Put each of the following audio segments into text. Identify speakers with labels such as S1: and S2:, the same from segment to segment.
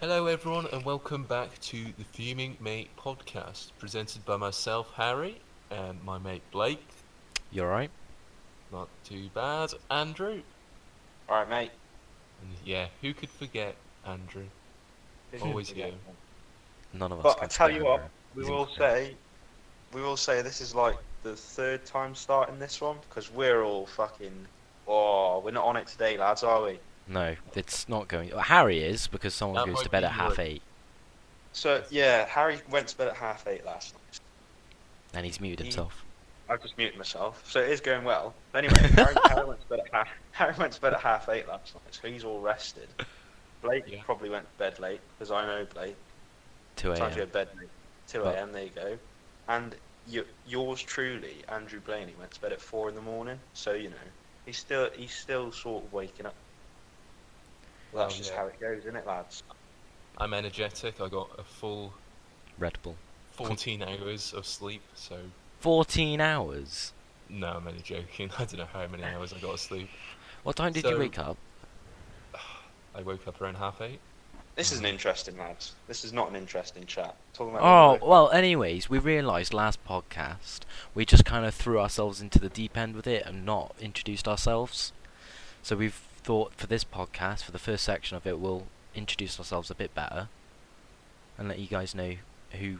S1: Hello, everyone, and welcome back to the Fuming Mate podcast, presented by myself, Harry, and my mate Blake.
S2: You alright?
S1: Not too bad, Andrew.
S3: All right, mate.
S1: And yeah, who could forget Andrew?
S3: This
S1: Always
S3: is-
S1: you.
S2: None of us.
S3: But
S2: can
S3: I tell
S2: stand
S3: you what,
S2: around.
S3: we
S2: He's
S3: will
S2: in-
S3: say, we will say this is like the third time starting this one because we're all fucking. Oh, we're not on it today, lads, are we?
S2: No, it's not going. well, Harry is because someone
S1: That
S2: goes to
S1: might
S2: bed
S1: be
S2: at half
S1: your-
S2: eight
S3: So yeah, Harry went to bed at half eight last night.
S2: and he's muted
S3: He-
S2: himself.
S3: I've just muted myself, so it is going well. But anyway, Harry, Harry went to bed at half. Harry went to bed at half eight last night, so he's all rested. Blake
S1: Yeah.
S3: probably went to bed late because I know Blake.
S2: Two
S3: Time to go
S2: a.m.
S3: to bed, mate. 2
S2: But-
S3: a.m., there you go. And you, yours truly, Andrew Blaney, went to bed at 4 in the morning, so, you know, he's still he's still sort of waking up. Well, that's
S1: Oh,
S3: just
S1: yeah.
S3: how it goes, isn't it, lads?
S1: I'm energetic. I got a full
S2: Red Bull.
S1: 14 hours of sleep, so
S2: Fourteen hours.
S1: no, I'm only joking. I don't know how many hours I got of sleep.
S2: What time did
S1: So-
S2: you wake up?
S1: I woke up around half eight.
S3: This isn't interesting, lads. This is not an interesting chat. Talking about
S2: Oh
S3: work.
S2: well. Anyways, we realised last podcast we just kind of threw ourselves into the deep end with it and not introduced ourselves. So we've thought for this podcast, for the first section of it, we'll introduce ourselves a bit better and let you guys know who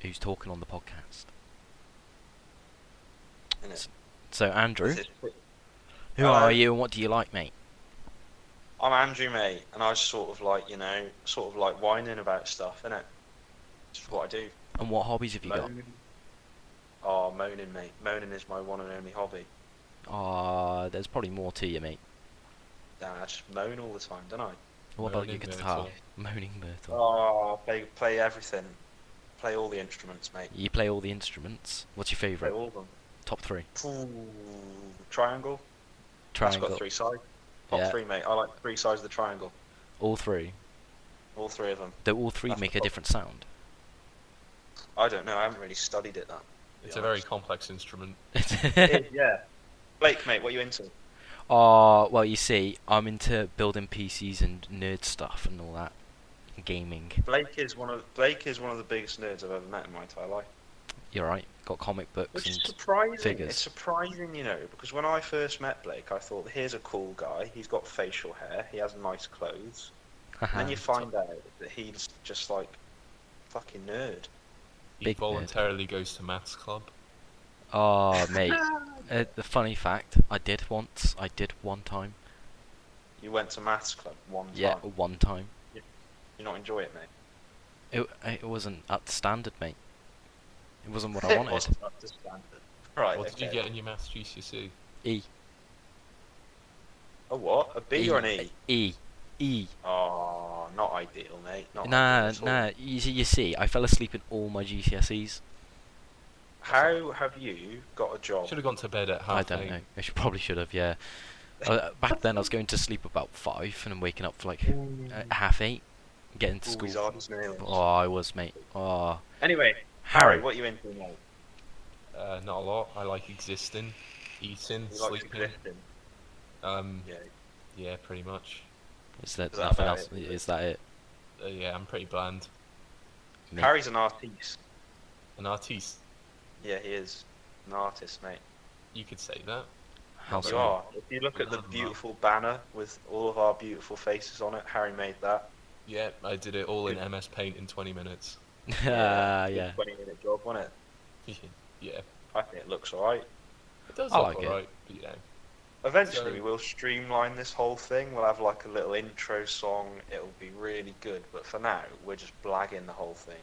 S2: who's talking on the podcast.
S3: Innit?
S2: So Andrew,
S3: This is- Oh.
S2: who
S3: Hello.
S2: are you and what do you like, mate?
S3: I'm Andrew, mate, and I was sort of like, you know, sort of like whining about stuff, innit? It's what I do.
S2: And what hobbies have you got?
S3: Moaning. Oh, moaning, mate. Moaning is my one and only hobby.
S2: Ah, there's probably more to you, mate.
S3: Nah, I just moan all the time, don't I?
S2: What about your
S1: Moaning
S2: guitar?
S1: Myrtle.
S2: Moaning Myrtle.
S3: Oh, play play everything. Play all the instruments, mate.
S2: You play all the instruments. What's your
S3: Play
S2: favourite?
S3: all of them.
S2: Top three.
S3: Ooh, triangle.
S2: Triangle.
S3: That's got three sides. Top
S2: Yeah.
S3: three, mate. I like three sides of the triangle.
S2: All three.
S3: All three of them.
S2: Do all three
S3: That's
S2: make a
S3: top.
S2: different sound?
S3: I don't know. I haven't really studied it that. to
S1: It's
S3: be
S1: a very
S3: honest.
S1: complex instrument.
S3: It is, yeah. Blake, mate, what are you into?
S2: Ah, well, you see, I'm into building PCs and nerd stuff and all that. Gaming.
S3: Blake is one of Blake is one of the biggest nerds I've ever met in my entire life.
S2: You're right. Got comic books
S3: Which
S2: and
S3: is surprising.
S2: figures.
S3: It's surprising, you know, because when I first met Blake, I thought, here's a cool guy. He's got facial hair. He has nice clothes. And then you find out that he's just like fucking nerd.
S1: He
S2: Big nerd.
S1: voluntarily goes to maths club.
S2: Ah, mate. uh, the funny fact, I did once. I did one time.
S3: You went to maths club one time.
S2: Yeah, one time.
S3: You not enjoy it, mate.
S2: It, it wasn't up to standard, mate. It wasn't what I
S3: It
S2: wanted.
S3: wasn't up to standard. Right.
S1: What did you
S3: okay.
S1: get in your maths GCSE?
S2: E.
S3: A what? A B
S2: E,
S3: or an E?
S2: E. E.
S3: Oh, not ideal, mate. Not
S2: Nah,
S3: ideal at all.
S2: nah. You see, you see, I fell asleep in all my GCSEs.
S3: How have you got a job?
S1: Should have gone to bed at half
S2: I don't
S1: eight.
S2: know. I should, probably should have, yeah. Uh, back then, I was going to sleep about five and I'm waking up for like uh, half eight, getting to
S3: Ooh, he's
S2: school.
S3: hard as nails.
S2: Oh, I was, mate. Oh,
S3: Anyway, Harry,
S2: Harry.
S3: what are you into, mate?
S1: Uh, not a lot. I like existing, eating,
S3: You like
S1: sleeping.
S3: existing.
S1: Um,
S3: Yeah.
S1: yeah, pretty much.
S2: Is that
S3: Is that
S2: nothing
S3: about
S2: else?
S3: it?
S2: Is that it?
S1: Uh, yeah, I'm pretty bland.
S2: Mate.
S3: Harry's an artiste.
S1: An artiste,
S3: Yeah, he is an artist, mate.
S1: you could say that.
S2: How
S3: You
S2: so?
S3: are. If you look at the
S1: Another mark.
S3: beautiful banner with all of our beautiful faces on it, Harry made that.
S1: Yeah, I did it all in MS Paint in 20 minutes.
S2: Ah, yeah.
S3: 20 minute job, wasn't it?
S1: yeah, it
S3: I think it looks alright.
S1: does
S2: I
S1: look
S2: like it.
S1: alright, but you know,
S3: Eventually,
S1: So-
S3: we will streamline this whole thing. We'll have like a little intro song. It'll be really good. But for now, we're just blagging the whole thing.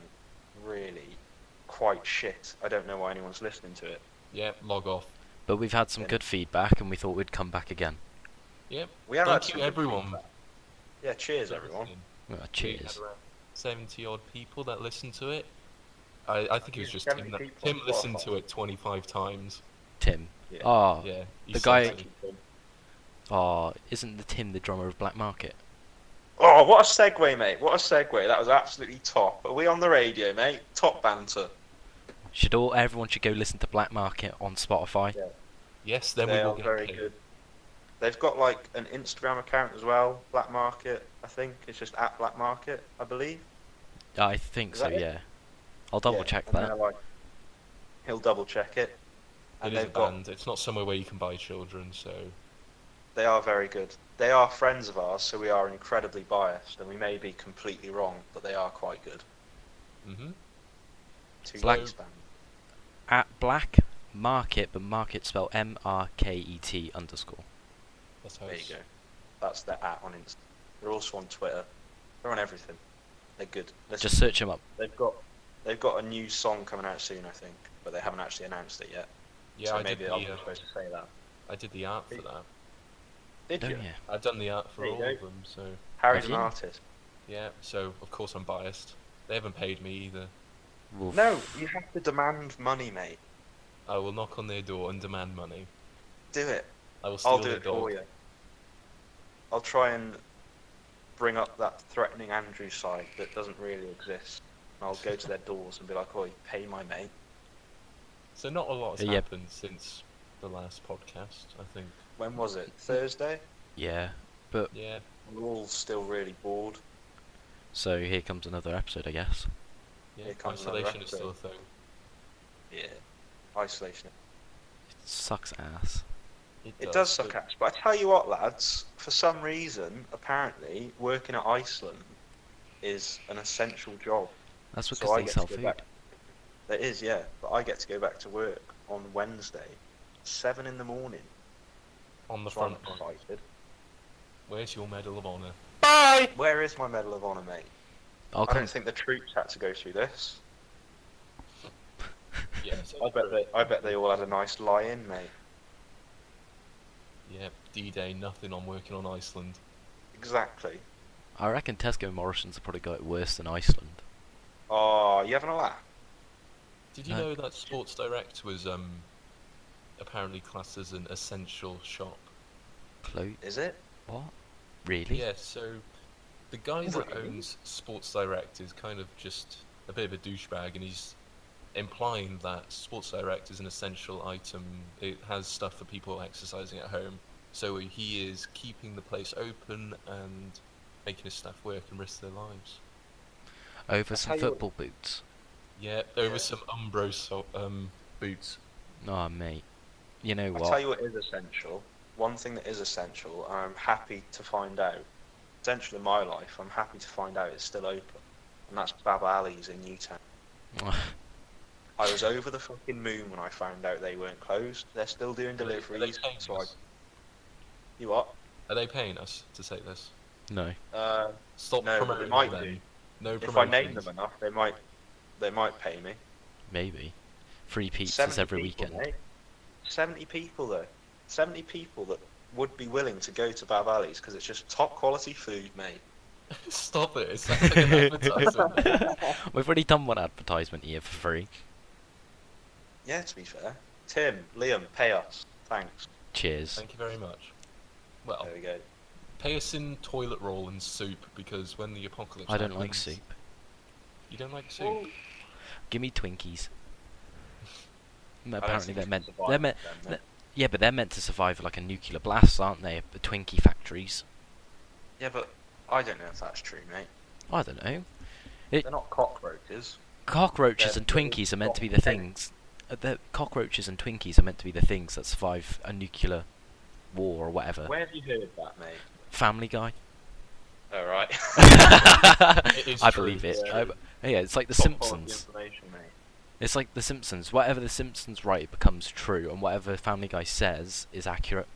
S3: Really quite shit. I don't know why anyone's listening to it.
S1: yeah, log off.
S2: But we've had some
S3: Yeah.
S2: good feedback and we thought we'd come back again.
S1: Yep.
S3: We have
S1: Thank
S3: had
S1: you,
S3: some good
S1: everyone.
S3: feedback. Yeah, cheers, everyone.
S2: Ah,
S1: We had
S2: cheers.
S1: around 70 odd people that listened to it. I, I think it was
S3: Yeah,
S1: just
S3: 70
S1: Tim. That,
S3: people
S1: Tim
S3: on
S1: listened
S3: Spotify.
S1: to it 25 times.
S2: Tim.
S3: Yeah.
S2: Oh,
S1: Yeah. he
S2: The
S1: sent
S2: guy-
S1: me-
S2: oh, isn't the Tim the drummer of Black Market?
S3: Oh, what a segue, mate. What a segue. That was absolutely top. Are we on the radio, mate? Top banter.
S2: Should all everyone should go listen to Black Market on Spotify?
S1: Yes, then
S3: they
S1: we will
S3: are
S1: get
S3: very
S1: paid.
S3: good. They've got like an Instagram account as well, Black Market. I think it's just at Black Market, I believe.
S2: I think
S3: Is
S2: so.
S3: that it?
S2: Yeah, I'll double
S3: Yeah,
S2: check
S3: and they're
S2: that.
S3: like- he'll double check it.
S1: It
S3: And
S1: is a
S3: they've got
S1: band. It's not somewhere where you can buy children, so
S3: they are very good. They are friends of ours, so we are incredibly biased, and we may be completely wrong, but they are quite good.
S1: hmm
S3: Two
S1: Black-
S3: years band.
S2: At Black Market, but Market spelled M R K E T underscore.
S1: that's how
S3: There you
S1: it's.
S3: go. That's their at on Insta. They're also on Twitter. They're on everything. They're good. Listen,
S2: Just search him up.
S3: they've got they've got a new song coming out soon, I think, but they haven't actually announced it yet.
S1: Yeah,
S3: so
S1: I did
S3: maybe
S1: the
S3: I wasn't
S1: uh,
S3: supposed to say that.
S1: I did the art for that.
S3: Did
S2: Don't
S3: you?
S2: you?
S1: I've done the art for
S3: There you
S1: all
S3: go.
S1: of them, so
S3: Harry's
S2: Have
S3: an
S2: you?
S3: artist.
S1: yeah. So of course I'm biased. They haven't paid me either.
S2: Wolf.
S3: No, you have to demand money, mate.
S1: I will knock on their door and demand money.
S3: Do it.
S1: I will steal
S3: I'll do
S1: their
S3: it for
S1: dog.
S3: you. I'll try and bring up that threatening Andrew side that doesn't really exist. And I'll go to their doors and be like, "Oi, pay my mate."
S1: So not a lot has
S2: Yep.
S1: happened since the last podcast, I think.
S3: When was it? Thursday.
S2: Yeah, but
S1: Yeah.
S3: We're all still really bored.
S2: so here comes another episode, I guess.
S1: Yeah.
S3: Here comes another
S1: Isolation is still a
S3: episode.
S1: thing.
S3: Yeah. Isolation.
S2: It sucks ass.
S3: It does
S1: but-
S3: suck ass, but I tell you what, lads. For some reason, apparently, working at Iceland is an essential job.
S2: That's
S3: So
S2: because
S3: I
S2: they
S3: get
S2: sell
S3: to go
S2: food.
S3: back. There is, yeah, but I get to go back to work on Wednesday, seven in the morning.
S1: on the
S3: so I'm
S1: front line.
S3: excited.
S1: Where's your medal of honor?
S3: Bye. Where is my Medal of Honor, mate?
S2: I'll
S3: I
S2: come.
S3: don't think the troops had to go through this.
S1: Yes.
S3: I bet they, I bet they all had a nice lie-in, mate.
S1: Yeah. D-Day. Nothing on working on Iceland.
S3: Exactly.
S2: I reckon Tesco and Morrison's have probably got it worse than Iceland.
S3: Oh, you having a laugh?
S1: Did you
S2: No.
S1: know that Sports Direct was um, apparently classed as an essential shop?
S2: Clo-
S3: Is it?
S2: what? Really?
S1: Yeah, so the guy that
S3: Really?
S1: owns Sports Direct is kind of just a bit of a douchebag, and he's implying that Sports Direct is an essential item. It has stuff for people exercising at home. So he is keeping the place open and making his staff work and risk their lives.
S2: Over
S3: I
S2: some
S3: tell you-
S2: football boots.
S1: Yeah, over
S3: Yeah.
S1: some Umbro so- um, boots.
S2: Oh, mate. You know
S3: I tell
S2: what?
S3: you what is essential. One thing that is essential, and I'm happy to find out. Essential in my life, I'm happy to find out it's still open, and that's Baba Ali's in Newtown. I was over the fucking moon when I found out they weren't closed. They're still doing
S1: Are they- are they
S3: deliveries.
S1: paying
S3: So I,
S1: us?
S3: you what?
S1: Are they paying us to say this?
S2: no.
S3: Uh,
S1: Stop
S3: No, but they
S1: promoting
S3: might
S1: them.
S3: do.
S1: No
S3: if I
S1: promotion.
S3: name them enough, they might, they might pay me.
S2: Maybe. Free pizzas
S3: 70
S2: every
S3: people,
S2: weekend.
S3: mate. 70 people, though. 70 people that would be willing to go to Bab Ali's because it's just top quality food, mate.
S1: Stop it. It's like an advertisement.
S2: We've already done one advertisement here for free.
S3: Yeah, to be fair. Tim, Liam, pay us. Thanks.
S2: Cheers.
S1: Thank you very much. Well,
S3: There we go.
S1: pay us in toilet roll and soup because when the apocalypse
S2: I don't like
S1: happens-
S2: soup.
S1: You don't like soup?
S2: Give me Twinkies. No,
S3: I don't
S2: Apparently
S3: think
S2: they're
S3: you
S2: meant.
S3: can survive
S2: They're meant.
S3: them,
S2: they're-
S3: mate.
S2: Yeah, but they're meant to survive like a nuclear blast, aren't they? The Twinkie factories.
S3: Yeah, but I don't know if that's true, mate.
S2: I don't know.
S3: They're not cockroaches.
S2: Cockroaches
S3: They're
S2: and Twinkies are meant to be the
S3: not-
S2: things. uh, The cockroaches and Twinkies are meant to be the things that survive a nuclear war or whatever.
S3: Where have you heard that, mate?
S2: Family Guy.
S3: All right.
S1: It is
S2: I
S1: true,
S2: believe it.
S1: it's
S2: I,
S1: true.
S2: yeah, it's like The
S3: Top quality
S2: Simpsons.
S3: information, mate.
S2: It's like The Simpsons. Whatever The Simpsons write it becomes true, and whatever Family Guy says is accurate.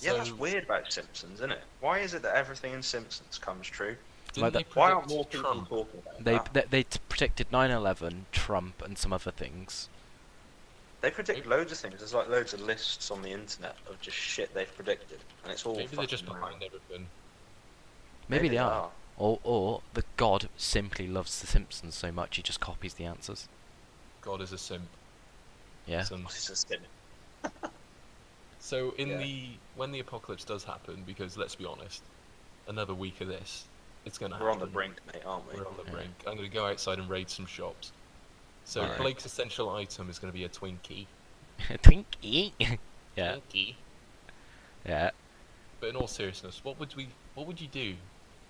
S3: Yeah, that's
S1: So,
S3: weird about Simpsons, isn't it? Why is it that everything in Simpsons comes true?
S1: Didn't
S2: Like
S1: they
S2: that-
S3: Why aren't
S1: predict
S3: more people
S1: Trump?
S3: talking about
S2: They
S3: that?
S2: they, they t- predicted 9/11, Trump, and some other things.
S3: They predict loads of things. There's like loads of lists on the internet of just shit they've predicted, and it's all.
S1: Maybe they're just
S3: fucking
S1: behind
S3: mad.
S1: everything.
S2: Maybe, they are. Or or the God simply loves The Simpsons so much he just copies the answers.
S1: God is a simp.
S2: Yeah.
S1: Some-
S3: What is this thing?
S1: So in
S3: Yeah.
S1: the when the apocalypse does happen, because let's be honest, another week of this, it's gonna
S3: We're on
S1: happen.
S3: the brink, mate, aren't we?
S1: We're on the
S2: Yeah.
S1: brink. I'm gonna go outside and raid some shops. So
S2: Alright.
S1: Blake's essential item is gonna be a Twinkie.
S2: Twinkie. yeah.
S1: Twinkie.
S2: Yeah.
S1: But in all seriousness, what would we? What would you do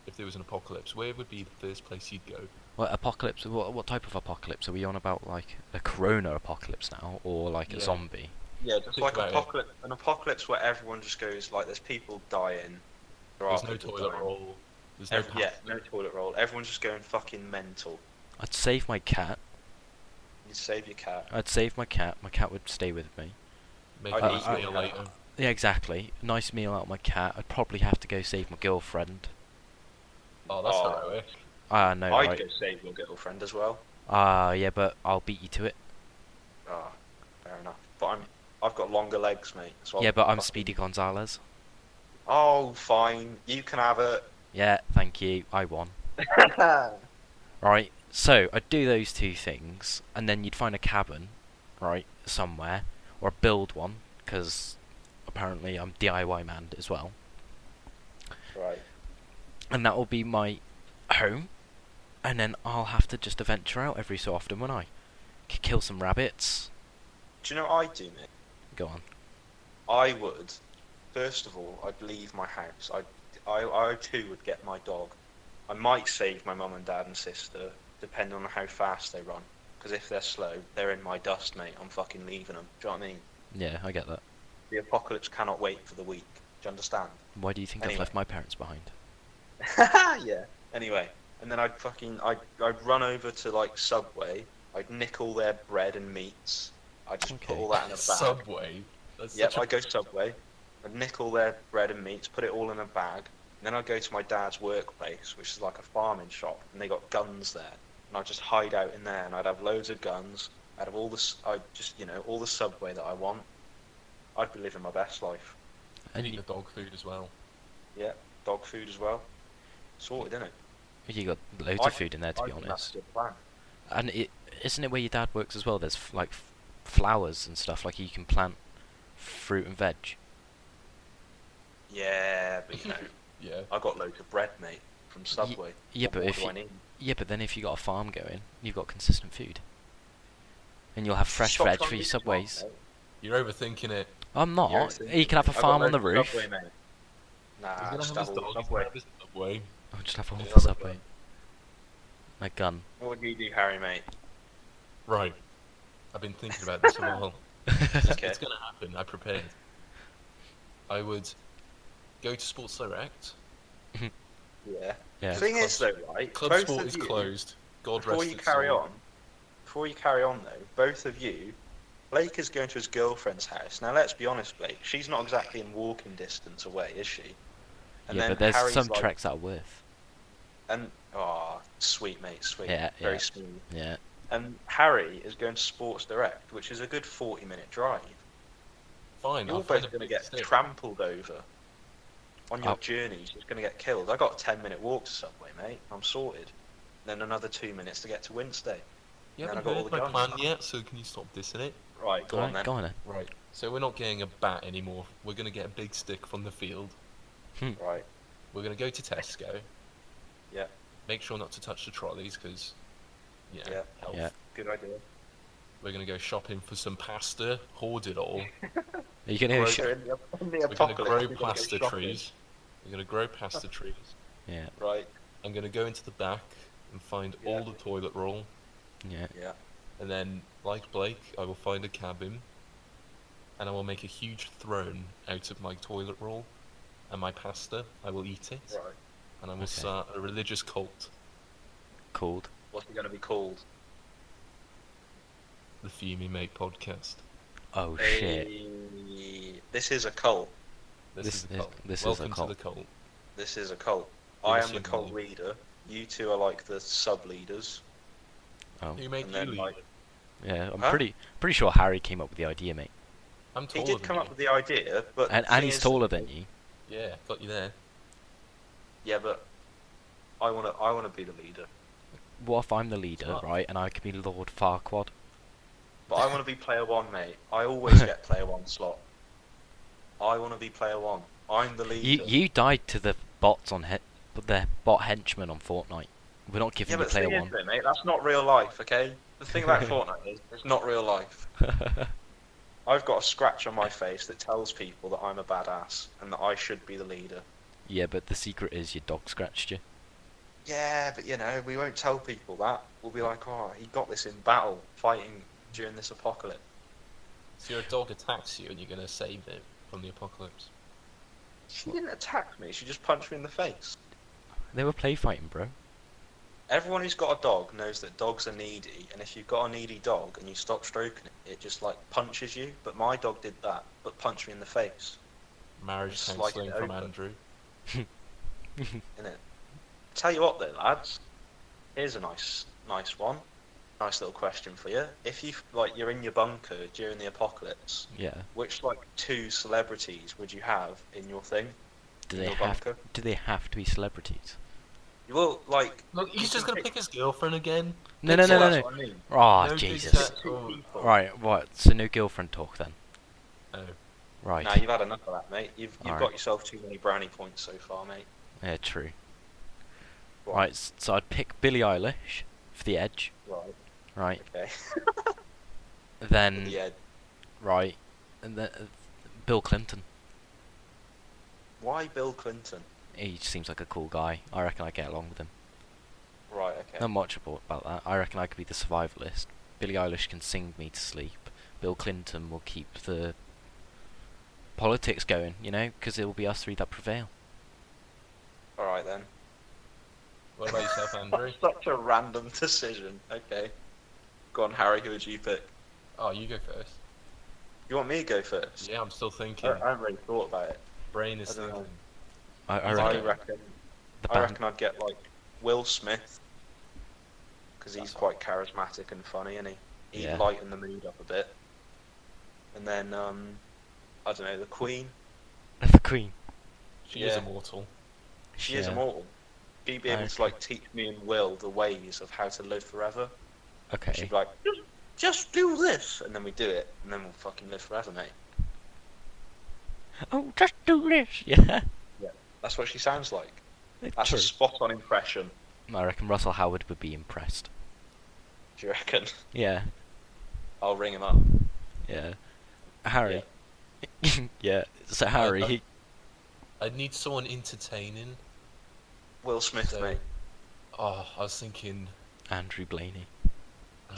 S1: if there was an apocalypse? Where would be the first place you'd go?
S2: What apocalypse? What, what type of apocalypse are we on about? Like a corona apocalypse now, or like a
S1: Yeah.
S2: zombie?
S3: Yeah, just
S1: Think
S3: like
S1: about it.
S3: apocalypse, an apocalypse where everyone just goes like, there's people dying. There
S1: There's
S3: are
S1: no
S3: people
S1: toilet
S3: dying.
S1: roll. There's no
S3: Ev-
S1: path.
S3: yeah, no toilet roll. Everyone's just going fucking mental.
S2: I'd save my cat.
S3: You save your cat.
S2: I'd save my cat. My cat would stay with me.
S1: Make
S3: I
S1: a
S2: think-
S1: nice
S2: I-
S1: meal
S3: I-
S1: later.
S2: Yeah, exactly. Nice meal out of my cat. I'd probably have to go save my girlfriend.
S1: Oh, that's
S3: Oh.
S1: heroic.
S2: Ah, no,
S3: I'd
S2: right.
S3: go save your girlfriend as well.
S2: Ah, yeah, but I'll beat you to it.
S3: Ah, fair enough. But I'm, I've got longer legs, mate. So I'll
S2: yeah, but I'm
S3: fucking-
S2: Speedy Gonzalez.
S3: Oh, fine. You can have it.
S2: Yeah, thank you. I won. Right. So I'd do those two things, and then you'd find a cabin, right, somewhere, or build one, because apparently I'm DIY man as well.
S3: right.
S2: and that will be my home. And then I'll have to just adventure out every so often, won't I? K- kill some rabbits.
S3: Do you know what I'd do, mate?
S2: Go on.
S3: I would, first of all, I'd leave my house. I'd, I, I too would get my dog. I might save my mum and dad and sister, depending on how fast they run. Because if they're slow, they're in my dust, mate. I'm fucking leaving them. Do you know what I mean?
S2: Yeah, I get that.
S3: The apocalypse cannot wait for the week. Do you understand?
S2: Why do you think I've
S3: Anyway.
S2: left my parents behind?
S3: yeah. Anyway, and then I'd fucking I'd I'd run over to like Subway. I'd nick all their bread and meats. I'd just put
S2: Okay.
S3: all that in a bag.
S1: Subway. That's
S3: Yep,
S1: such a-
S3: I'd go Subway. I'd nick all their bread and meats, put it all in a bag. And then I'd go to my dad's workplace, which is like a farming shop, and they got guns there. And I'd just hide out in there, and I'd have loads of guns. I'd have all the, s- I'd just, you know, all the Subway that I want. I'd be living my best life.
S2: And
S1: Eat
S2: you,
S1: the dog food as well.
S3: Yeah, dog food as well. Sorted, innit?
S2: you got loads
S3: I-
S2: of food in there, to
S3: I
S2: be
S3: think That's a
S2: honest.
S3: good plan.
S2: And it isn't it where your dad works as well. There's f- like f- flowers and stuff. Like you can plant fruit and veg.
S3: Yeah, but you know,
S1: Yeah.
S3: I got loads of bread, mate, from Subway.
S2: yeah,
S3: What
S2: but
S3: more
S2: if
S3: do
S2: you-
S3: I need?
S2: Yeah, but then if you got a farm going, you've got consistent food. And you'll have fresh
S3: Stop
S2: veg
S3: trying
S2: for
S3: to
S2: your
S3: be smart,
S2: subways.
S3: mate.
S1: You're overthinking it.
S2: I'm
S3: You're
S2: not.
S3: thinking-
S2: He can have a
S3: I've got
S2: farm on the
S3: loads
S2: roof.
S3: of Subway, mate. Nah,
S1: He's gonna
S3: just
S1: have his
S3: have
S1: dog. He's
S3: all
S1: gonna
S3: Ah, Subway.
S1: have his subway.
S2: I'll just have one
S3: Yeah,
S2: for
S3: that's
S2: Subway.
S3: right.
S2: A gun.
S3: What would you do, Harry, mate?
S1: Right. I've been thinking about this a while. It's,
S3: Okay.
S1: it's gonna happen. I prepared. I would go to Sports Direct.
S3: Yeah.
S2: yeah.
S3: The thing
S1: club-
S3: is, though, right?
S1: Club
S3: both
S1: Sport
S3: of
S1: is
S3: you,
S1: closed. God
S3: Before
S1: rest
S3: you
S1: its
S3: carry
S1: soul.
S3: on, before you carry on, though, both of you, Blake is going to his girlfriend's house. Now, let's be honest, Blake. She's not exactly in walking distance away, is she?
S2: yeah, but there's
S3: Harry's
S2: some
S3: like-
S2: tracks that are worth.
S3: And oh, sweet mate, sweet.
S2: Yeah,
S3: Very
S2: yeah.
S3: smooth.
S2: Yeah.
S3: And Harry is going to Sports Direct, which is a good forty-minute drive.
S1: Fine.
S3: You're
S1: I'll find a
S3: both going to
S1: big
S3: get
S1: stick.
S3: trampled over on your
S2: Oh.
S3: journey. You're just going to get killed. I got a ten-minute walk to Subway, mate. I'm sorted. Then another two minutes to get to Wednesday.
S1: You
S3: and I
S1: haven't
S3: got all
S1: heard
S3: the
S1: my
S3: guns.
S1: plan yet, so can you stop dissing it?
S3: Right, go
S2: Alright,
S3: on then.
S2: go on then.
S1: Right. So we're not getting a bat anymore. We're gonna get a big stick from the field.
S2: Hmm.
S3: Right.
S1: We're gonna go to Tesco.
S3: Yeah.
S1: Make sure not to touch the trolleys, because yeah,
S3: Yeah.
S1: health.
S2: Yeah.
S3: Good idea.
S1: We're gonna go shopping for some pasta, hoard it all.
S2: Are you gonna go
S3: Right,
S2: sh-
S3: so in the, in the
S1: We're gonna
S3: apocalypse,
S1: grow
S3: we're gonna go
S1: pasta
S3: shopping.
S1: trees. We're gonna grow pasta trees.
S2: Yeah,
S3: Right.
S1: I'm gonna go into the back and find
S3: Yeah.
S1: all the toilet roll,
S2: yeah.
S3: Yeah.
S1: and then, like Blake, I will find a cabin, and I will make a huge throne out of my toilet roll and my pasta. I will eat it,
S3: Right.
S1: and I will
S2: Okay.
S1: start a religious cult,
S2: Called.
S3: What's it going to be called?
S1: the Fumi Mate Podcast.
S2: Oh shit.
S3: Hey, This is a cult.
S1: This,
S2: This
S1: is, a
S2: is-
S1: cult.
S2: this is a
S1: Welcome
S2: cult.
S1: to the cult.
S3: This is a cult.
S1: Give
S3: I
S1: us
S3: am the
S1: your
S3: cult
S1: money.
S3: leader. You two are like the sub leaders.
S2: Oh.
S1: Who made you
S3: And then,
S1: leave?
S3: like-
S2: Yeah, I'm
S3: Huh?
S2: pretty pretty sure Harry came up with the idea, mate.
S1: I'm
S3: He
S1: taller
S3: did
S1: than
S3: come
S1: you.
S3: up with the idea,
S2: And
S3: but the
S2: and
S3: thing
S2: he's
S3: is-
S2: taller than you.
S1: Yeah, got you there.
S3: Yeah, but I want to. I want to be the leader,
S2: What if I'm the leader,
S1: Smart.
S2: right, and I can be Lord Farquaad?
S3: but I want to be player one, mate. I always get player one slot. I want to be player one. I'm the
S2: You
S3: leader.
S2: you died to the bots on he- but the bot henchmen on Fortnite. We're not
S3: yeah,
S2: giving you
S3: but the thing
S2: player
S3: is, though, mate, that's not real life, okay? The thing about Fortnite is, it's not real life.
S2: one.
S3: I've got a scratch on my face that tells people that I'm a badass and that I should be the leader.
S2: Yeah, but the secret is your dog scratched you.
S3: Yeah, but you know, we won't tell people that. We'll be like, oh, he got this in battle, fighting during this apocalypse.
S1: So your dog attacks you and you're going to save it from the apocalypse.
S3: She didn't attack me, she just punched me in the face.
S2: They were play fighting, bro.
S3: Everyone who's got a dog knows that dogs are needy, and if you've got a needy dog and you stop stroking it, it just like punches you. But my dog did that, but punched me in the face,
S1: Marriage
S3: Just like
S1: counselling
S3: it
S1: from
S3: open.
S1: Andrew.
S3: innit? Tell you what, though, lads, here's a nice, nice one, nice little question for you. If you like, you're in your bunker during the apocalypse,
S2: Yeah.
S3: which like two celebrities would you have in your thing?
S2: Do
S3: in
S2: they
S3: your
S2: have?
S3: bunker?
S2: Do they have to be celebrities?
S3: Well, like
S1: Look,
S3: you
S1: he's just
S3: can
S1: going to pick his girlfriend again.
S2: No, no, no, no,
S3: Well, that's
S2: no.
S3: what I mean.
S2: Oh,
S1: No big
S3: uh,
S2: Jesus.
S1: tat-
S3: Two
S1: oh,
S3: people.
S2: Right, what? So no girlfriend talk then.
S1: oh,
S2: Right.
S3: Now you've had enough of that, mate. You've you've
S2: Alright.
S3: got yourself too many brownie points so far, mate.
S2: Yeah, true.
S3: Go on.
S2: Right, s- so I'd pick Billie Eilish for the edge.
S3: Right.
S2: Right.
S3: Okay.
S2: Then
S3: Yeah.
S2: right, and then uh, Bill Clinton.
S3: Why Bill Clinton?
S2: He seems like a cool guy. I reckon I get along with him.
S3: Right. Okay.
S2: Not much abo- about that. I reckon I could be the survivalist. Billie Eilish can sing me to sleep. Bill Clinton will keep the politics going, you know, because it will be us three that prevail.
S3: All right then.
S1: what about yourself, Andrew?
S3: Such a random decision. Okay. Go on, Harry. Who would you pick?
S1: Oh, you go first.
S3: You want me to go first?
S1: Yeah, I'm still thinking.
S3: I, I haven't really thought about it.
S1: Brain is
S3: I don't know.
S1: thinking.
S2: I, I
S1: Is that
S3: I
S2: reckon
S1: right?
S3: reckon.
S2: the
S3: I
S2: band.
S3: reckon I'd get like Will Smith because he's
S1: That's
S3: quite charismatic and funny, and he he'd
S2: Yeah.
S3: lighten the mood up a bit. And then um, I don't know the Queen.
S2: the Queen.
S1: She is
S3: Yeah.
S1: immortal.
S3: She is
S2: Yeah.
S3: immortal. She'd be able
S2: I-
S3: to like teach me and Will the ways of how to live forever.
S2: Okay.
S3: She'd be like, just, just do this, and then we do it, and then we'll fucking live forever, mate.
S2: Oh, just do this. Yeah.
S3: That's what she sounds like. That's
S2: true.
S3: a spot-on impression.
S2: I reckon Russell Howard would be impressed.
S3: Do you reckon?
S2: Yeah.
S3: I'll ring him up.
S2: Yeah. Harry. Yeah. So Harry,
S1: uh,
S2: he,
S1: I need someone entertaining.
S3: Will Smith,
S1: So-
S3: mate.
S1: Oh, I was thinking.
S2: Andrew Blaney.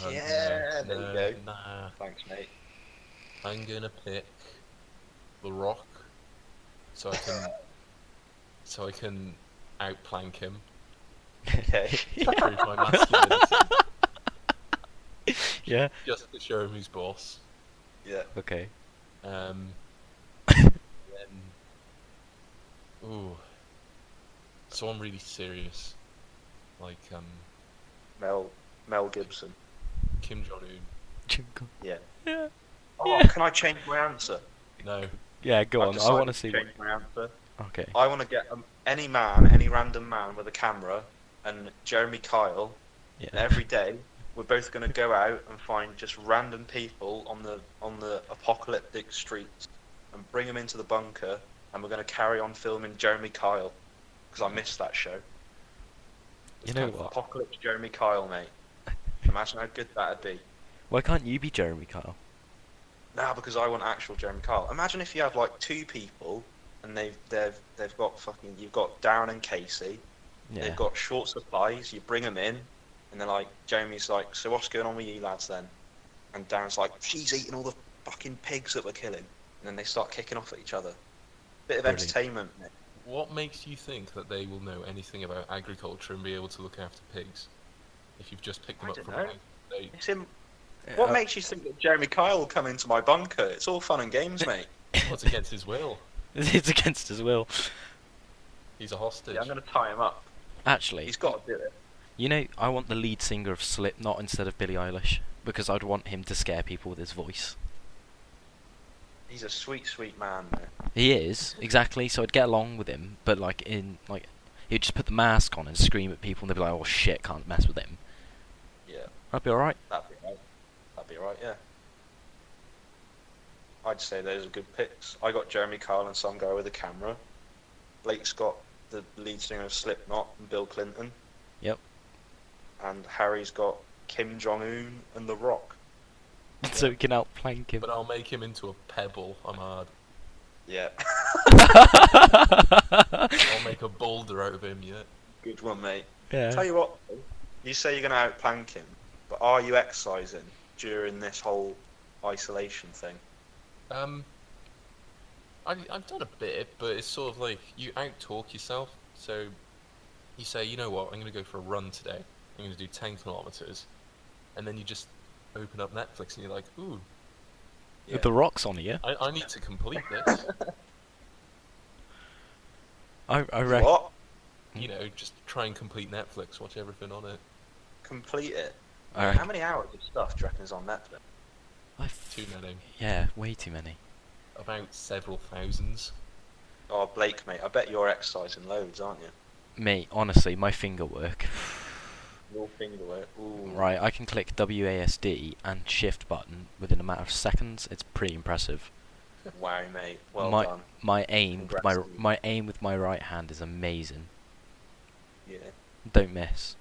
S1: oh,
S3: Yeah,
S1: no,
S3: there
S1: no,
S3: you go.
S1: Nah,
S3: Thanks, mate.
S1: I'm gonna pick The Rock, so I can, so I can outplank him.
S3: Okay.
S1: Prove my masculinity,
S2: Yeah.
S1: just to show him who's boss.
S3: yeah.
S2: Okay.
S1: Um, then, ooh, someone really serious, like um,
S3: Mel Mel Gibson.
S1: Kim Jong Un.
S2: Jingle.
S3: Yeah.
S2: Yeah.
S3: Oh,
S2: Yeah.
S3: can I change my answer?
S1: No,
S2: Yeah. Go
S3: I've
S2: on. I
S3: decided
S2: want to see. What,
S3: Change my answer.
S2: okay.
S3: I want to get um, any man, any random man with a camera, and Jeremy Kyle,
S2: Yeah.
S3: And every day we're both going to go out and find just random people on the on the apocalyptic streets and bring them into the bunker and we're going to carry on filming Jeremy Kyle because I missed that show.
S2: You know what?
S3: Apocalypse Jeremy Kyle, mate. Imagine how good that'd be.
S2: Why can't you be Jeremy Kyle?
S3: Nah, because I want actual Jeremy Kyle. Imagine if you had like two people and they've they've they've got fucking you've got Darren and Casey.
S2: Yeah.
S3: They've got short supplies. You bring them in, and they're like, Jamie's like, so what's going on with you lads then? And Darren's like, she's eating all the fucking pigs that we're killing. And then they start kicking off at each other. Bit of
S2: Brilliant.
S3: entertainment. mate.
S1: What makes you think that they will know anything about agriculture and be able to look after pigs? If you've just picked them
S3: I
S1: up
S3: don't
S1: from
S3: know.
S1: the- they,
S3: It's in... What
S2: Uh,
S3: makes you think that Jeremy Kyle will come into my bunker? It's all fun and games, mate.
S1: what's against his will?
S2: it's against his will.
S1: He's a hostage.
S3: Yeah, I'm going to tie him up.
S2: Actually,
S3: He's got to do it.
S2: you know, I want the lead singer of Slipknot instead of Billie Eilish because I'd want him to scare people with his voice.
S3: He's a sweet, sweet man, though.
S2: He is exactly. So I'd get along with him, but like in like he'd just put the mask on and scream at people, and they'd be like, "Oh shit, can't mess with him."
S3: Yeah,
S2: I'd be all right.
S3: that'd be right. That'd be right, yeah. I'd say those are good picks. I got Jeremy Kyle and some guy with a camera. Blake's got the lead singer of Slipknot and Bill Clinton.
S2: Yep.
S3: And Harry's got Kim Jong Un and The Rock.
S2: so we can outplank him.
S1: But I'll make him into a pebble. I'm hard.
S3: Yeah. uh,
S1: I'll make a boulder out of him. Yeah.
S3: Good one, mate. Tell
S2: yeah.
S3: you what, though, you say you're going to outplank him, but are you exercising during this whole isolation thing?
S1: Um, I've, I've done a bit, but it's sort of like you out talk yourself. So you say, you know what, I'm going to go for a run today. I'm going to do 10 kilometers. And then you just open up Netflix and you're like, ooh,
S2: With the rocks on here,
S1: I, I need to complete this.
S2: I I Hmm? reckon.
S3: What?
S1: you know, just try and complete Netflix, watch everything on it.
S3: Complete it.
S2: I
S3: How
S2: reckon
S3: many hours of stuff do you reckon is on Netflix?
S2: I
S1: Too many.
S2: yeah, way too many.
S1: About several thousands.
S3: Oh, Blake, mate, I bet you're exercising loads, aren't you?
S2: Mate, honestly, my finger work.
S3: Your finger work. Ooh.
S2: Right, I can click WASD and shift button within a matter of seconds. It's pretty impressive.
S3: Wow, mate. Well
S2: my
S3: done.
S2: my aim with my
S3: Congrats to you.
S2: my aim with my right hand is amazing.
S3: Yeah.
S2: Don't miss.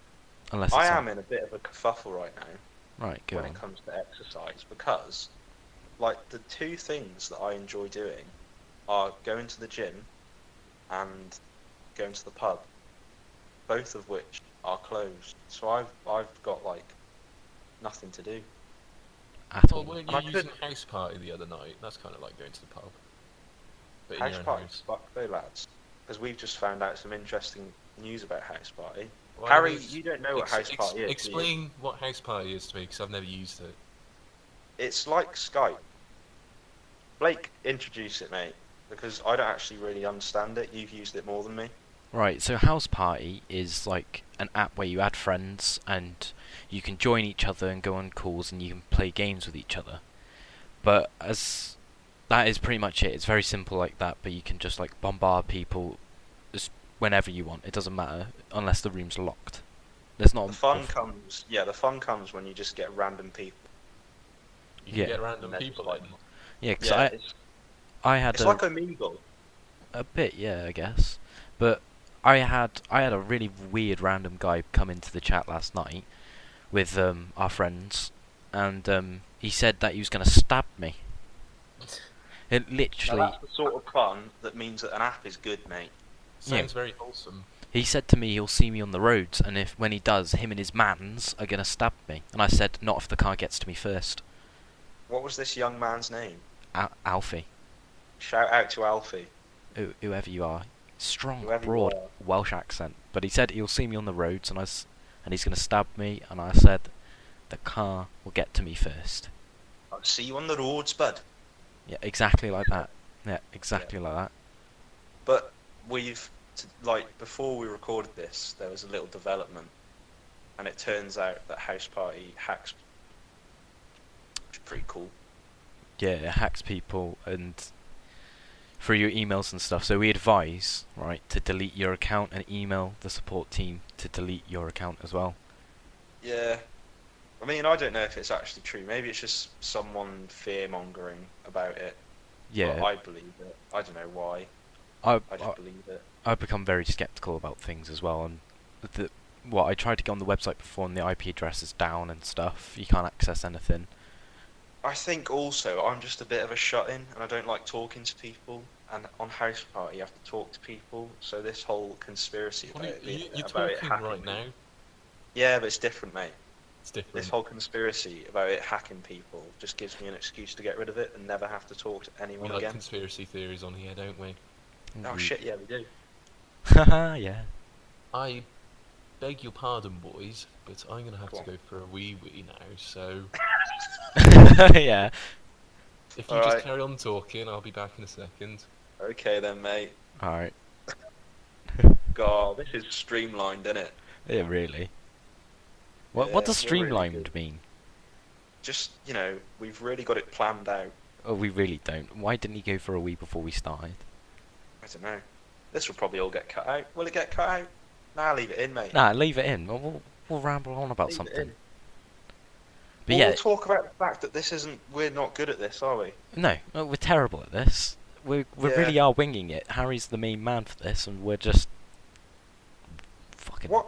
S2: Unless it's
S3: I
S2: on-
S3: am in a bit of a kerfuffle right now.
S2: right, go
S3: when
S2: on.
S3: it comes to exercise because like the two things that I enjoy doing are going to the gym and going to the pub both of which are closed so I've I've got like nothing to do
S2: At
S1: Well,
S2: all.
S1: weren't
S3: I
S1: you using
S3: couldn't-
S1: House Party the other night? That's kind of like going to the pub. But in your
S3: house
S1: own
S3: parties
S1: house.
S3: fuck though lads because we've just found out some interesting news about house party
S1: Well,
S3: Harry
S1: it's-
S3: you don't know what
S1: ex-
S3: house
S1: ex-
S3: party is do you?
S1: Explain what house party is to me because I've never used it.
S3: it's like Skype Blake introduce it mate because I don't actually really understand it you've used it more than me
S2: Right, so House Party is like an app where you add friends and you can join each other and go on calls and you can play games with each other. But as that is pretty much it. It's very simple like that, but you can just like bombard people just whenever you want. It doesn't matter unless the room's locked. There's not
S3: The
S2: a-
S3: fun comes, yeah. The fun comes when you just get random people.
S1: You can
S2: Yeah.
S1: get random
S3: That's
S1: people
S3: fine.
S1: in.
S2: Yeah, 'cause
S3: Yeah, it's,
S2: I I had
S3: it's
S2: a,
S3: like Omegle.
S2: A bit, yeah, I guess. But I had I had a really weird random guy come into the chat last night with um, our friends, and um, he said that he was going to stab me. It
S3: Now,
S2: literally,
S3: that's the sort of fun that means that an app is good, mate.
S1: Sounds very wholesome.
S2: he said to me he'll see me on the roads, and if when he does, him and his mans are going to stab me. And I said, not if the car gets to me first,
S3: What was this young man's name?
S2: Al- Alfie,
S3: Shout out to Alfie.
S2: who- whoever you are, strong,
S3: Whoever you
S2: broad
S3: are.
S2: Welsh accent. But he said he'll see me on the roads, and I s- and he's going to stab me. And I said, the car will get to me first.
S3: I'll see you on the roads, bud.
S2: Yeah, exactly like that. Yeah, exactly like that.
S3: But we've t- like before we recorded this, there was a little development, and it turns out that House Party hacks, which is pretty cool.
S2: Yeah, it hacks people and through your emails and stuff. So we advise, right, to delete your account and email the support team to delete your account as well.
S3: Yeah. I mean, I don't know if it's actually true. Maybe it's just someone fear mongering about it.
S2: Yeah,
S3: But I believe it. I don't know why.
S2: I,
S3: I
S2: I,
S3: just believe it.
S2: I've become very skeptical about things as well. And the well, I tried to go on the website before, and the IP address is down and stuff. You can't access anything.
S3: I think also I'm just a bit of a shut in and I don't like talking to people. And on House Party, you have to talk to people. So this whole conspiracy
S1: What
S3: about
S1: are
S3: it, being-
S1: you, you, are
S3: uh, about it
S1: talking
S3: hacking
S1: right
S3: people-
S1: now.
S3: Yeah, but it's different, mate.
S1: It's different.
S3: This whole conspiracy about it hacking people just gives me an excuse to get rid of it and never have to talk to
S1: we
S3: anyone
S1: like
S3: again.
S1: conspiracy theories on here, don't we?
S3: Oh shit, yeah, we do.
S2: Haha, Mm. yeah.
S1: I beg your pardon, boys, but I'm going to have
S3: Go
S1: to go
S3: on.
S1: for a wee wee now. So
S2: yeah.
S1: if you just
S3: Alright.
S1: carry on talking, I'll be back in a second.
S3: Okay then, mate.
S2: Alright.
S3: God, this is streamlined, isn't it?
S2: Yeah, really. What,
S3: Yeah,
S2: what does
S3: we're really
S2: streamlined
S3: good.
S2: mean?
S3: Just you know, we've really got it planned out.
S2: Oh, we really don't. Why didn't he go for a wee before we started?
S3: I don't know. This will probably all get cut out. Will it get cut out? Nah, leave it in, mate.
S2: Nah, leave it in. We'll- We'll, we'll ramble on about
S3: Leave it
S2: something.
S3: in.
S2: But
S3: Well,
S2: yeah,
S3: we'll talk about the fact that this isn't. We're not good at this, are we?
S2: no, no, we're terrible at this. We we
S3: Yeah.
S2: really are winging it. Harry's the main man for this, and we're just fucking.
S3: What?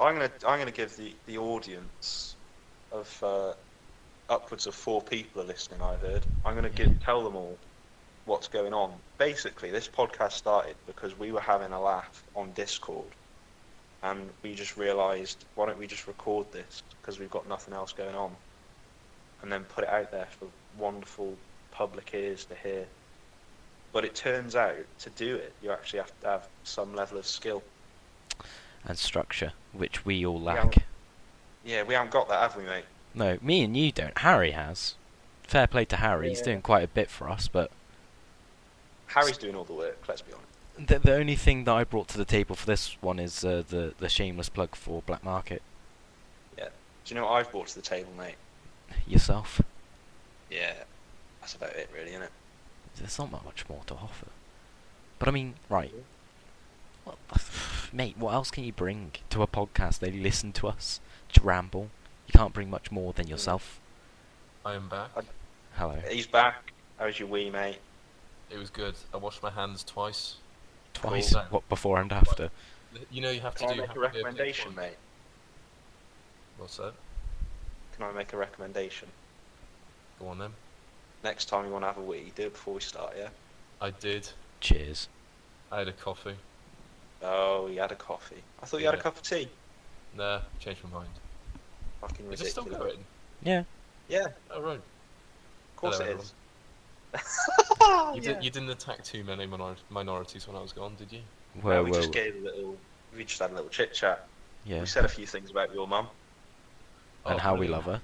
S3: I'm gonna. I'm gonna give the the audience of uh, upwards of four people are listening. I heard. I'm going to give tell them all what's going on. Basically, this podcast started because we were having a laugh on Discord, and we just realised why don't we just record this because we've got nothing else going on, and then put it out there for wonderful public ears to hear. But it turns out to do it, you actually have to have some level of skill.
S2: and structure, which we all
S3: Yeah.
S2: lack.
S3: Yeah, we haven't got that, have we, mate?
S2: No, me and you don't. Harry has. Fair play to Harry. He's
S3: Yeah.
S2: doing quite a bit for us, but
S3: Harry's doing all the work. Let's be honest.
S2: the the only thing that I brought to the table for this one is uh, the the shameless plug for Black Market
S3: Do you know what I've brought to the table, mate?
S2: yourself.
S3: Yeah, that's about it, really, isn't it?
S2: There's not that much more to offer. But I mean, right. What, mate, what else can you bring to a podcast? They listen to us, just ramble. You can't bring much more than yourself.
S1: I am back.
S3: I-
S2: Hello.
S3: He's back. How's your wee, mate?
S1: It was good. I washed my hands twice.
S2: Twice.
S1: cool.
S2: What before and after?
S1: You know you have to
S3: Can I
S1: do.
S3: make
S1: have
S3: a
S1: to do
S3: recommendation,
S1: pick one.
S3: mate?
S1: What's that?
S3: Can I make a recommendation?
S1: Go on then.
S3: Next time you want to have a wee, do it before we start, yeah?
S1: I did.
S2: Cheers.
S1: I had a coffee.
S3: Oh, you had a coffee. I thought you had a
S1: Yeah.
S3: cup of tea.
S1: Nah, changed my mind.
S3: Fucking
S1: Is
S3: ridiculous.
S1: it still going?
S2: Yeah.
S3: Yeah,
S1: Oh
S3: of
S1: right.
S3: course
S1: Hello,
S3: it
S1: everyone.
S3: is.
S1: You,
S3: Oh, Yeah.
S1: did, you didn't attack too many minor- minorities when I was gone, did you?
S2: Whoa,
S3: No, we
S2: whoa.
S3: just gave a little. We just had a little chit chat.
S2: yeah.
S3: We said a few things about your mum.
S2: And
S1: Oh,
S2: how we
S1: brilliant.
S2: love her.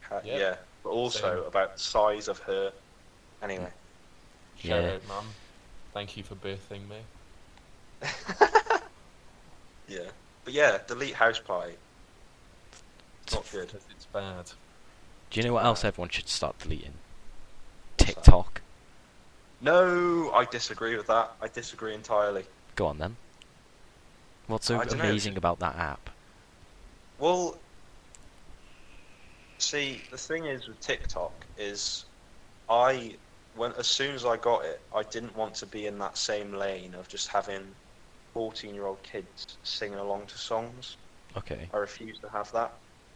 S3: How-
S1: Yeah.
S3: Yeah, but also
S1: Same.
S3: about the size of her. Anyway,
S1: Shout
S2: Yeah.
S1: out, mum. Thank you for birthing me.
S3: yeah. But yeah, delete house pie. Not good.
S1: Because it's bad.
S2: Do you know what else
S3: Right.
S2: everyone should start deleting?
S3: Uh, What's that?
S2: TikTok.
S3: No, I disagree with that. I disagree entirely.
S2: Go on then. What's so
S3: I dunno.
S2: amazing about that app?
S3: Well, see, the thing is with TikTok is, I when as soon as I got it, I didn't want to be in that same lane of just having fourteen-year-old kids singing along to songs.
S2: Okay.
S3: I refused to have that,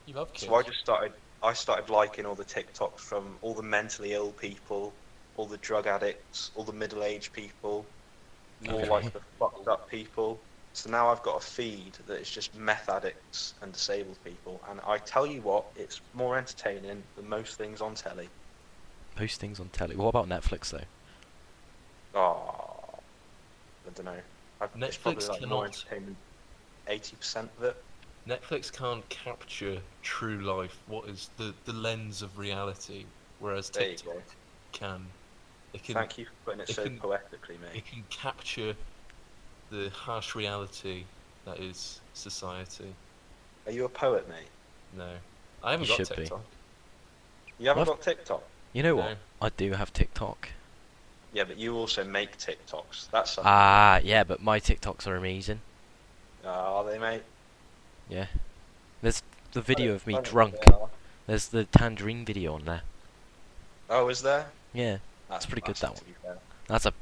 S1: You love kids.
S3: so I just started. I started liking all the TikToks from all the mentally ill people, all the drug addicts, all the middle-aged people, more
S2: Okay.
S3: like the fucked up people. So now I've got a feed that is just meth addicts and disabled people, and I tell you what, it's more entertaining than most things on telly.
S2: Post things on telly. What about Netflix though?
S3: Oh, I don't know. It's
S1: Netflix
S3: probably like more
S1: cannot-
S3: entertainment. Eighty percent of it.
S1: Netflix can't capture true life. What is the, the lens of reality? Whereas
S3: There you
S1: TikTok
S3: go.
S1: can. It can
S3: Thank you for putting it
S1: it
S3: so
S1: can-
S3: poetically, mate.
S1: it can capture the harsh reality that is society.
S3: Are you a poet, mate?
S1: No, I haven't
S2: You
S1: got
S2: should be.
S1: TikTok.
S3: You haven't
S2: What?
S3: got TikTok.
S2: You know
S1: No.
S2: what? I do have TikTok.
S3: Yeah, but you also make TikToks. That's something.
S2: Ah, yeah, but my TikToks are amazing.
S3: Oh, are they, mate?
S2: Yeah. There's the video of
S3: I
S2: me
S3: don't think
S2: drunk.
S3: they are.
S2: There's the tangerine video on there.
S3: Oh, is there?
S2: Yeah.
S3: That's
S2: pretty good,
S3: classic,
S2: that
S3: to be fair.
S2: That's a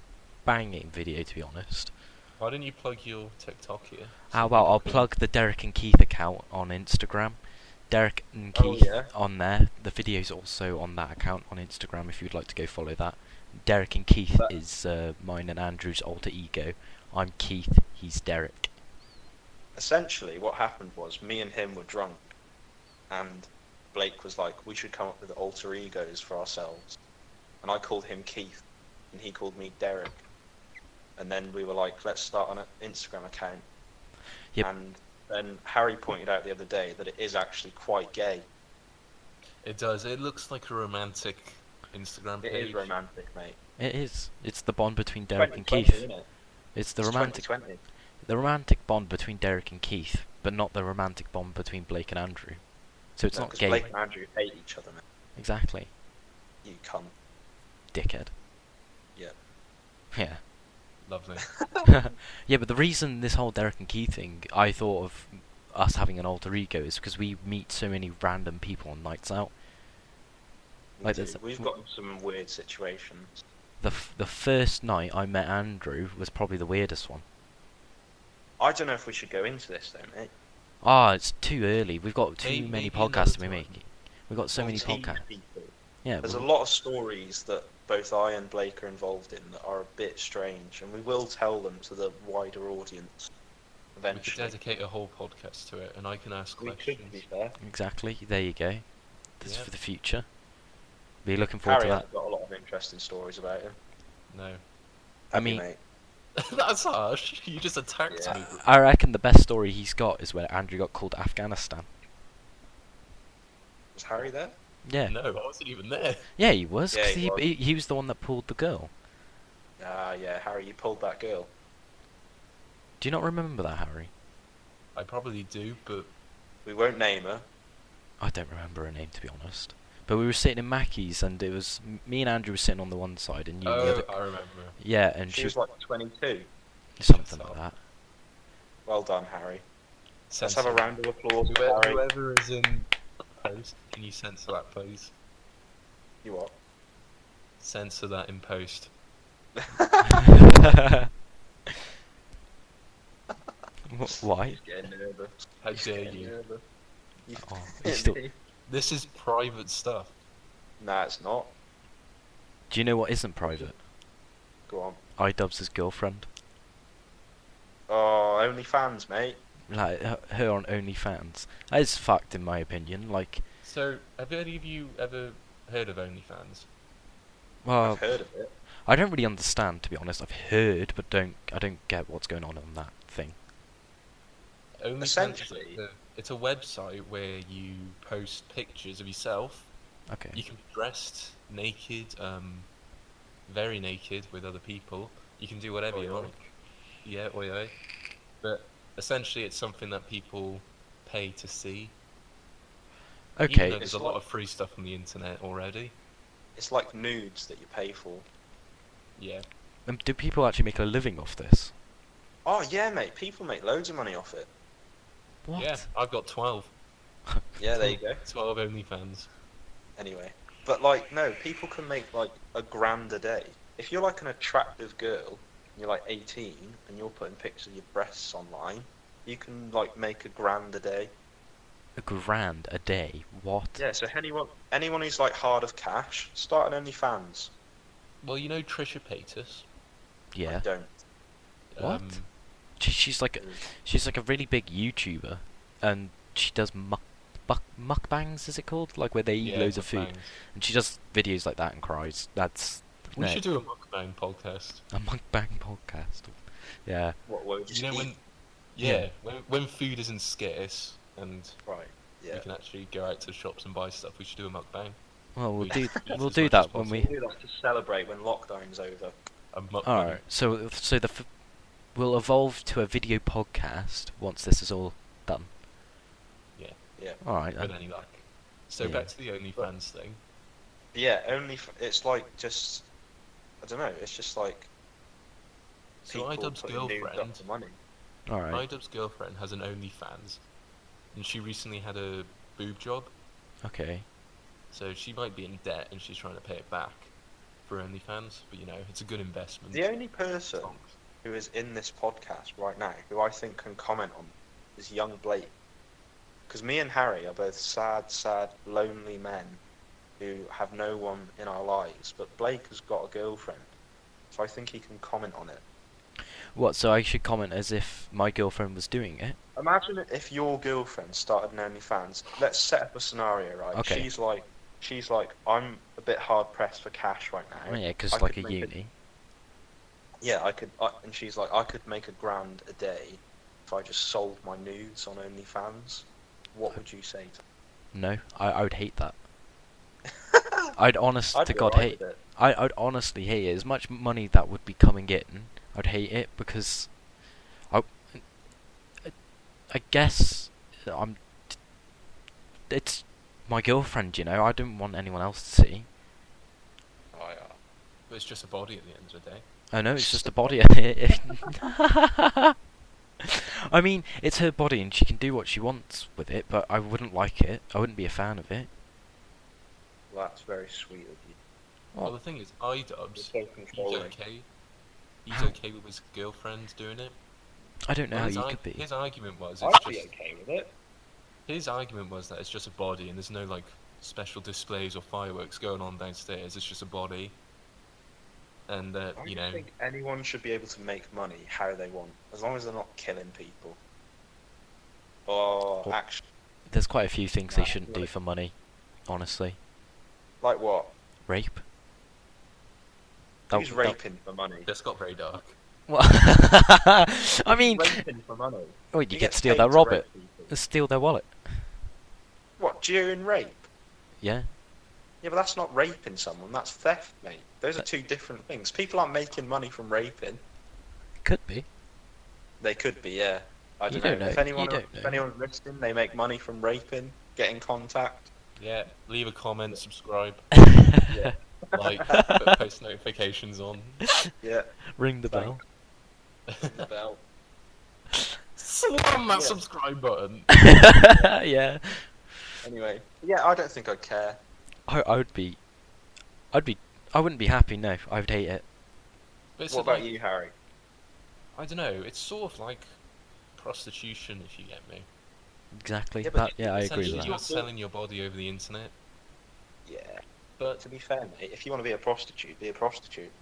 S2: banging video to be honest.
S1: Why didn't you plug your TikTok here?
S2: How about I'll plug the Derek and Keith account on Instagram. Derek and
S3: Oh,
S2: Keith
S3: yeah.
S2: on there. The video's also on that account on Instagram if you'd like to go follow that. Derek and Keith
S3: But-
S2: is uh, mine and Andrew's alter ego. I'm Keith, he's Derek.
S3: essentially what happened was me and him were drunk and blake was like we should come up with alter egos for ourselves and i called him keith and he called me derek and then we were like let's start an instagram account
S2: Yep.
S3: and then harry pointed out the other day that it is actually quite gay
S1: It does. It looks like a romantic Instagram
S3: it
S1: page.
S3: is romantic mate
S2: It is. It's the bond between Derek and
S3: 2020,
S2: Keith.
S3: isn't it?
S2: It's the
S3: It's
S2: romantic
S3: 2020.
S2: the romantic bond between Derek and Keith, but not the romantic bond between Blake and Andrew. So it's
S3: No,
S2: not
S3: 'cause
S2: gay.
S3: blake and andrew hate each other mate.
S2: Exactly.
S3: you cunt
S2: Dickhead.
S3: yeah
S2: Yeah.
S1: Lovely.
S3: Oh.
S2: yeah, but the reason this whole Derek and Keith thing, I thought of us having an alter ego is because we meet so many random people on nights out.
S3: we
S2: Like
S3: do.
S2: there's-
S3: we've got some weird situations
S2: The f- the first night I met Andrew was probably the weirdest one.
S3: i don't know if we should go into this though mate
S2: Ah, it's too early. We've got too
S1: Maybe
S2: many
S1: another
S2: podcasts to be
S1: time.
S2: making. We've got so many
S3: Team
S2: podcasts.
S3: people.
S2: Yeah,
S3: There's a
S2: we-
S3: lot of stories that both I and Blake are involved in that are a bit strange, and we will tell them to the wider audience
S1: We could
S3: eventually.
S1: dedicate a whole podcast to it, and I can ask
S3: We
S1: questions.
S3: could be fair.
S2: exactly. There you go. This is
S1: Yeah.
S2: for the future. Be looking forward
S3: Harry
S2: to
S3: has
S2: that.
S3: got a lot of interesting stories about him.
S1: No,
S2: I
S3: Have you,
S2: mean,
S3: mate?
S1: that's harsh. You just attacked
S3: Yeah.
S1: me.
S2: I reckon the best story he's got is where Andrew got called Afghanistan.
S3: was Harry there?
S2: Yeah,
S1: No, I wasn't even there.
S2: yeah, he was.
S3: Yeah,
S2: 'cause
S3: he
S2: he,
S3: was.
S2: he, he was the one that pulled the girl.
S3: Ah, yeah, Harry, you pulled that girl.
S2: Do you not remember that, Harry?
S1: I probably do, but
S3: We won't name her.
S2: I don't remember her name to be honest. But we were sitting in Mackey's, and it was me and Andrew were sitting on the one side, and you
S1: oh,
S2: the other.
S1: I remember.
S2: Yeah, and
S3: uh, she was like 22.
S2: something like
S1: herself.
S2: that.
S3: Well done, Harry. Let's have
S1: Censor.
S3: a round of applause for
S1: Whoever,
S3: Harry.
S1: whoever is in post, can you censor that, please?
S3: You what?
S1: Censor that in post.
S2: Wh- Why?
S3: He's getting nervous.
S1: How
S3: He's
S1: dare
S3: getting
S1: you?
S3: nervous. You
S2: Oh,
S3: hit
S2: he's still,
S3: me.
S1: This is private stuff.
S3: Nah, it's not.
S2: do you know what isn't private?
S3: Go on.
S2: iDubbbz's girlfriend,
S3: Oh, only fans, mate.
S2: like her her on OnlyFans. That is fucked in my opinion. Like,
S1: So, have any of you ever heard of OnlyFans?
S2: well,
S3: I've heard of it.
S2: I don't really understand to be honest. I've heard, but don't I don't get what's going on on that thing.
S1: OnlyFans
S3: Essentially-
S1: is a, it's a website where you post pictures of yourself.
S2: Okay.
S1: You can be dressed naked, um, very naked with other people. You can do whatever you
S3: Oi, oi.
S1: like. Yeah, oi oi. But essentially, it's something that people pay to see. Even
S2: okay.
S1: though there's a
S3: It's
S1: lot
S3: like-
S1: of free stuff on the internet already.
S3: It's like nudes that you pay for.
S1: Yeah.
S2: Um, do people actually make a living off this?
S3: Oh yeah, mate. People make loads of money off it.
S2: What?
S1: Yeah, I've got 12.
S3: Yeah, there you go.
S1: 12 OnlyFans.
S3: Anyway, but like, no, people can make like a grand a day. If you're like an attractive girl, and you're like 18, and you're putting pictures of your breasts online, you can like make a grand a day.
S2: A grand a day. What?
S3: Yeah. So anyone, anyone who's like hard of cash, start an OnlyFans.
S1: Well, you know Trisha Paytas? Um,
S2: Yeah.
S3: I don't.
S2: What? She, she's like, a, she's like a really big YouTuber, and she does muck, buck, mukbangs. Is it called? Like where they eat
S1: yeah,
S2: loads of food,
S1: mukbangs.
S2: and she does videos like that and cries. That's
S1: We
S2: no,
S1: should do a mukbang podcast.
S2: a mukbang podcast. Yeah.
S3: What word?
S1: you know when? Yeah,
S2: Yeah.
S1: When, when food isn't scarce and
S3: Right.
S1: we
S3: Yeah.
S1: can actually go out to shops and buy stuff, we should do a mukbang.
S2: Well, we'll
S1: We
S2: do
S1: should eat
S2: we'll
S1: as
S2: do
S1: much as
S2: that when
S3: We
S2: we.
S1: possible.
S3: do that to celebrate when lockdown's over.
S1: A mukbang.
S2: All right. So so the f- we'll evolve to a video podcast once this is all done.
S1: Yeah.
S3: Yeah.
S2: All right.
S1: With
S2: Then.
S1: any luck. So
S2: Yeah.
S1: back to the OnlyFans thing.
S3: Yeah, only f- it's like just I don't know. It's just like
S1: So iDubbbz's
S3: putting nudes up
S1: girlfriend,
S3: for money.
S2: All right.
S1: iDubbbz's girlfriend has an OnlyFans, and she recently had a boob job,
S2: Okay.
S1: so she might be in debt and she's trying to pay it back for OnlyFans. But you know, it's a good investment.
S3: The only person who is in this podcast right now who I think can comment on is young Blake, because me and Harry are both sad, sad, lonely men who have no one in our lives. But Blake has got a girlfriend, so I think he can comment on it.
S2: What? So I should comment as if my girlfriend was doing it.
S3: Imagine if your girlfriend started an OnlyFans. Let's set up a scenario, right?
S2: Okay.
S3: She's like, she's like, I'm a bit hard pressed for cash right now.
S2: Oh, yeah, because
S3: I
S2: like a
S3: could make
S2: uni.
S3: Yeah, I could, I, and she's like, I could make a grand a day if I just sold my nudes on OnlyFans. What would you say? To
S2: No, I, I would hate that. I'd honest
S3: I'd
S2: to
S3: be
S2: God
S3: alright
S2: hate.
S3: with it.
S2: I I'd honestly hate it. As much money that would be coming in, I'd hate it because, I, I, I guess I'm. It's my girlfriend, you know. I don't want anyone else to see.
S3: Oh, yeah.
S1: But it's just a body at the end of the day.
S2: I know it's just a body. I mean, it's her body and she can do what she wants with it, but I wouldn't like it. I wouldn't be a fan of it.
S3: Well, that's very sweet of you.
S2: Oh.
S1: Well, the thing is, iDubbbz,
S3: You're so
S1: he's
S3: controlling.
S1: okay. He's
S2: How-
S1: okay with his girlfriend doing it.
S2: I don't know
S1: And
S2: how
S1: his,
S2: you
S1: ar-
S2: could be.
S1: his argument was it's
S3: I'd be
S1: just
S3: okay with it.
S1: his argument was that it's just a body and there's no like special displays or fireworks going on downstairs. It's just a body, and uh,
S3: I
S1: you
S3: don't
S1: know,
S3: think anyone should be able to make money how they want, as long as they're not killing people. Or
S2: Well-
S3: actually,
S2: There's quite a few things they
S3: Nah,
S2: shouldn't do
S3: like-
S2: for money, honestly.
S3: like what?
S2: Rape.
S3: Who's raping for money?
S1: this got very dark.
S2: Well, I mean,
S3: raping for money.
S2: oh, you get to
S3: gets
S2: steal
S3: paid
S2: their
S3: to
S2: robot,
S3: rape people.
S2: steal their wallet.
S3: What during rape?
S2: Yeah,
S3: Yeah, but that's not raping someone. That's theft, mate. Those are two different things. People aren't making money from raping.
S2: could be.
S3: They could be, yeah. I
S2: You
S3: don't,
S2: don't
S3: know.
S2: know.
S3: If anyone,
S2: You don't
S3: if
S2: know.
S3: anyone's listening, they make money from raping. Get in contact.
S1: Yeah, leave a comment, subscribe,
S3: Yeah.
S1: like, put post notifications on.
S3: Yeah.
S2: Ring the bell.
S3: ring the bell.
S1: Slam that
S3: Yeah.
S1: subscribe button.
S2: yeah,
S3: Anyway, yeah, I don't think I care.
S2: I, I would be, I'd be, I wouldn't be happy. No, I would hate it.
S1: But it's
S3: what
S1: like-
S3: about you, Harry?
S1: I don't know. It's sort of like prostitution, if you get me.
S2: Exactly.
S3: Yeah,
S2: Yeah,
S3: but
S2: that, yeah I agree
S1: Essentially,
S2: with
S1: You're
S2: that.
S1: selling your body over the internet,
S3: Yeah.
S1: but
S3: But to be fair, mate, if you want to be a prostitute, be a prostitute.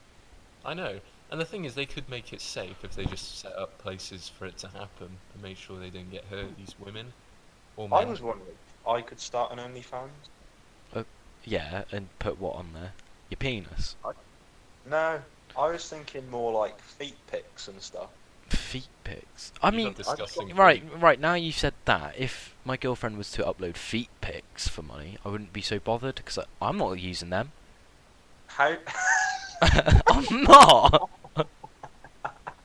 S1: I know. And the thing is, they could make it safe if they just set up places for it to happen and make sure they didn't get hurt. These women or men.
S3: I was wondering, I could start an OnlyFans.
S2: Uh, Yeah, and put what on there? Your penis,
S3: No, I was thinking more like feet pics and stuff.
S2: feet pics. I
S1: These are
S2: mean,
S1: disgusting
S2: right,
S1: things.
S2: right. Now you said that. If my girlfriend was to upload feet pics for money, I wouldn't be so bothered because I'm not using them.
S3: How?
S2: I'm not.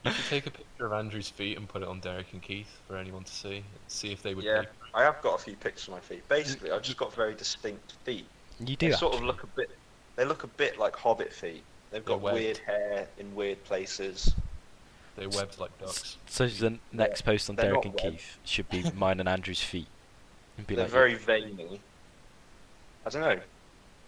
S1: You should take a picture of Andrew's feet and put it on Derek and Keith for anyone to see. See if they would.
S3: yeah,
S1: pay.
S3: I have got a few pics of my feet. Basically, I've just got very distinct feet.
S2: You do.
S3: They sort of
S2: actually.
S3: look a bit. They look a bit like hobbit feet. They've got
S1: They're webbed.
S3: weird hair in weird places.
S1: They're webbed like ducks.
S2: So the next post on
S3: They're
S2: Derek
S3: not
S2: and
S3: web.
S2: Keith should be mine and Andrew's feet. And be
S3: They're
S2: like,
S3: very veiny. I don't know.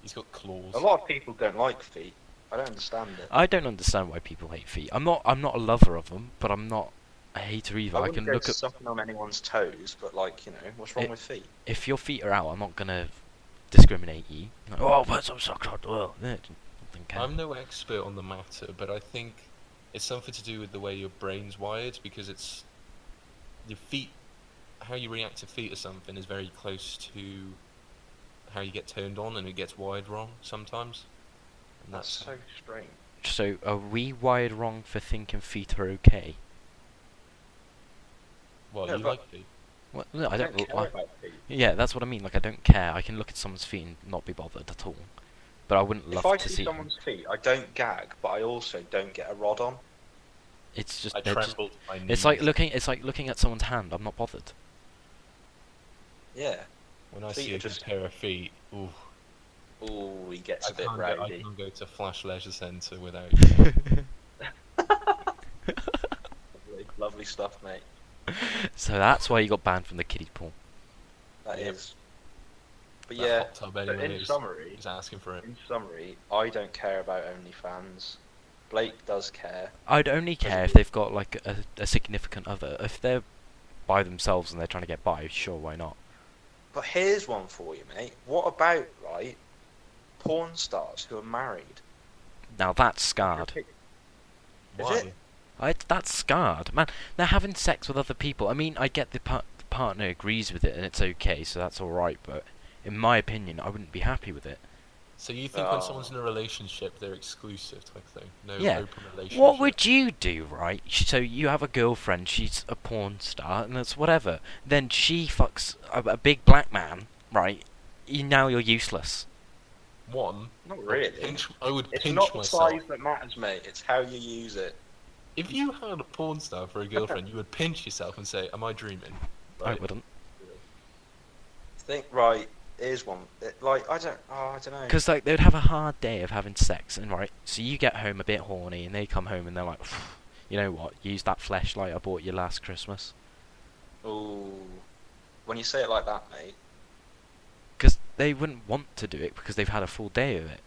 S1: He's got claws.
S3: A lot of people don't like feet. I don't understand it.
S2: I don't understand why people hate feet. I'm not. I'm not a lover of them, but I'm not a hater either.
S3: I
S2: I,
S3: wouldn't
S2: can
S3: go
S2: look at
S3: sucking on anyone's toes, but like you know, what's wrong
S2: It-
S3: with feet?
S2: if your feet are out. I'm not gonna discriminate you. Like, oh, but some socks on. Well, yeah, don't care.
S1: I'm no expert on the matter, but I think it's something to do with the way your brain's wired because it's your feet, how you react to feet or something is very close to how you get turned on and it gets wired wrong sometimes. And
S3: That's
S1: that's,
S3: so strange.
S2: So are we wired wrong for thinking feet are okay?
S1: well,
S3: Yeah,
S1: you
S3: but-
S1: like feet.
S2: Well, no, I don't.
S3: care
S2: I-
S3: about feet.
S2: yeah, that's what I mean. Like I don't care. I can look at someone's feet and not be bothered at all. But I wouldn't love
S3: If I
S2: to
S3: see
S2: see. 'em.
S3: someone's feet, I don't gag, but I also don't get a rod on.
S2: It's just.
S1: I
S2: they're just-
S1: trembled. my
S2: It's
S1: knees
S2: like looking. It's like looking at someone's hand. I'm not bothered.
S3: Yeah.
S1: when I
S3: feet
S1: see
S3: are
S1: a good
S3: just-
S1: pair of feet. Ooh,
S3: Ooh, he gets
S1: I
S3: a bit
S1: can't, go, I
S3: rowdy.
S1: can't go to Flash Leisure Centre without.
S3: Lovely, lovely stuff, mate.
S2: so that's why you got banned from the kiddie pool.
S3: That is.
S1: Yep.
S3: But
S1: that
S3: yeah,
S1: hot tub
S3: but
S1: anyway,
S3: in
S1: is-
S3: summary,
S1: is asking for it.
S3: in summary, I don't care about OnlyFans. Blake does care.
S2: I'd only care if they've got like a, a significant other. If they're by themselves and they're trying to get by, sure, why not?
S3: But here's one for you, mate. What about right porn stars who are married?
S2: Now that's scarred.
S3: Is
S1: Why?
S3: it?
S2: I, that's scarred, man. They're having sex with other people. I mean, I get the, par- the partner agrees with it and it's okay, so that's all right. But in my opinion, I wouldn't be happy with it.
S1: So you think when someone's
S3: Oh.
S1: in a relationship, they're exclusive type thing? No
S2: Yeah.
S1: open relationship.
S2: What would you do, right? Sh- So you have a girlfriend, she's a porn star, and that's whatever. Then she fucks a, a big black man, right? You, now you're useless.
S1: One,
S3: Not really.
S1: pinch, I would
S3: It's
S1: pinch
S3: not the
S1: myself.
S3: size that matters, mate. It's how you use it.
S1: If you had a porn star for a girlfriend, you would pinch yourself and say, "Am I dreaming?"
S2: I wouldn't,
S3: Think right. Here's one. It- like I don't. Oh, I don't know.
S2: because like they'd have a hard day of having sex, and right, so you get home a bit horny, and they come home and they're like, "Phew, you know what? Use that flashlight I bought you last Christmas,
S3: Ooh. When you say it like that, mate.
S2: because they wouldn't want to do it because they've had a full day of it.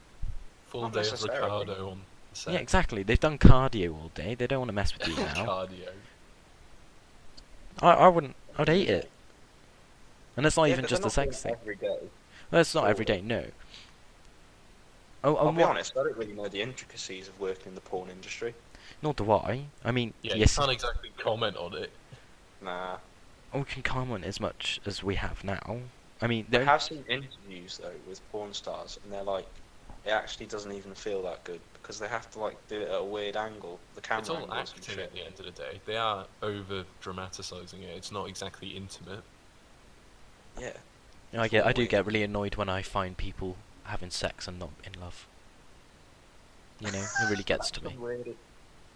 S1: Full
S3: Not
S1: day of
S3: necessarily.
S1: Ricardo on set.
S2: Yeah, exactly. They've done cardio all day. They don't want to mess with you now.
S1: Cardio.
S2: I, I wouldn't. I'd hate it, and it's not
S3: Yeah,
S2: even
S3: but they're
S2: just
S3: not
S2: a sex thing.
S3: doing it Every day.
S2: That's not every
S3: Cool.
S2: day, no. Oh,
S3: I'll
S2: and
S3: be
S2: what-
S3: honest, I don't really know the intricacies of working in the porn industry.
S2: Nor do I. I mean,
S1: Yeah,
S2: yes,
S1: you can't exactly comment on it.
S3: Nah.
S2: we can comment as much as we have now. I mean,
S3: I
S2: there,
S3: have seen interviews though with porn stars, and they're like, it actually doesn't even feel that good because they have to like do it at a weird angle, the camera
S1: It's all
S3: angles and
S1: acting at
S3: shit.
S1: the end of the day. They are over dramatising it. It's not exactly intimate.
S3: Yeah.
S2: I get, I do
S3: weird.
S2: get really annoyed when I find people having sex and not in love. You know, it really gets to me.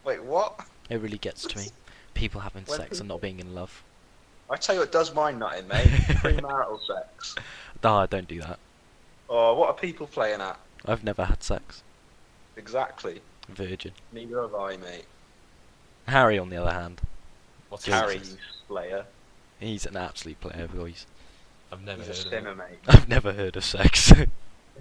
S3: Wait, what?
S2: It really gets to me. People having
S3: When
S2: sex and not being in love.
S3: I tell you, it does mine not in, mate. Premarital sex.
S2: Ah, don't do that.
S3: Oh, what are people playing at?
S2: I've never had sex.
S3: Exactly.
S2: Virgin.
S3: Neither have I, mate.
S2: Harry, on the other hand,
S1: What's his
S3: Harry,
S1: name?
S3: you slayer.
S2: he's an absolute player, boys.
S1: I've never
S3: He's a
S1: heard
S3: sinner,
S1: of
S3: mate.
S2: I've never heard of sex.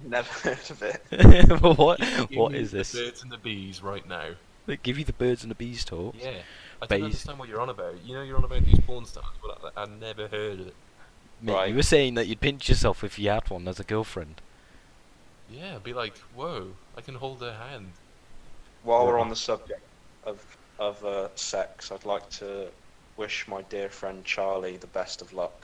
S3: Never heard of it.
S2: what?
S1: it.
S2: What
S1: Give me
S2: is this?
S1: The birds and the bees right now.
S2: They give you the birds and the bees talk.
S1: Yeah. I
S2: But
S1: don't
S2: you-
S1: understand what you're on about. You know you're on about these porn stars, but I, I never heard of it.
S2: Mate,
S3: Right.
S2: you were saying that you'd pinch yourself if you had one as a girlfriend.
S1: Yeah, I'd be like, whoa, I can hold their hand.
S3: While we're
S2: Yeah.
S3: on the subject of of uh, sex, I'd like to wish my dear friend Charlie the best of luck.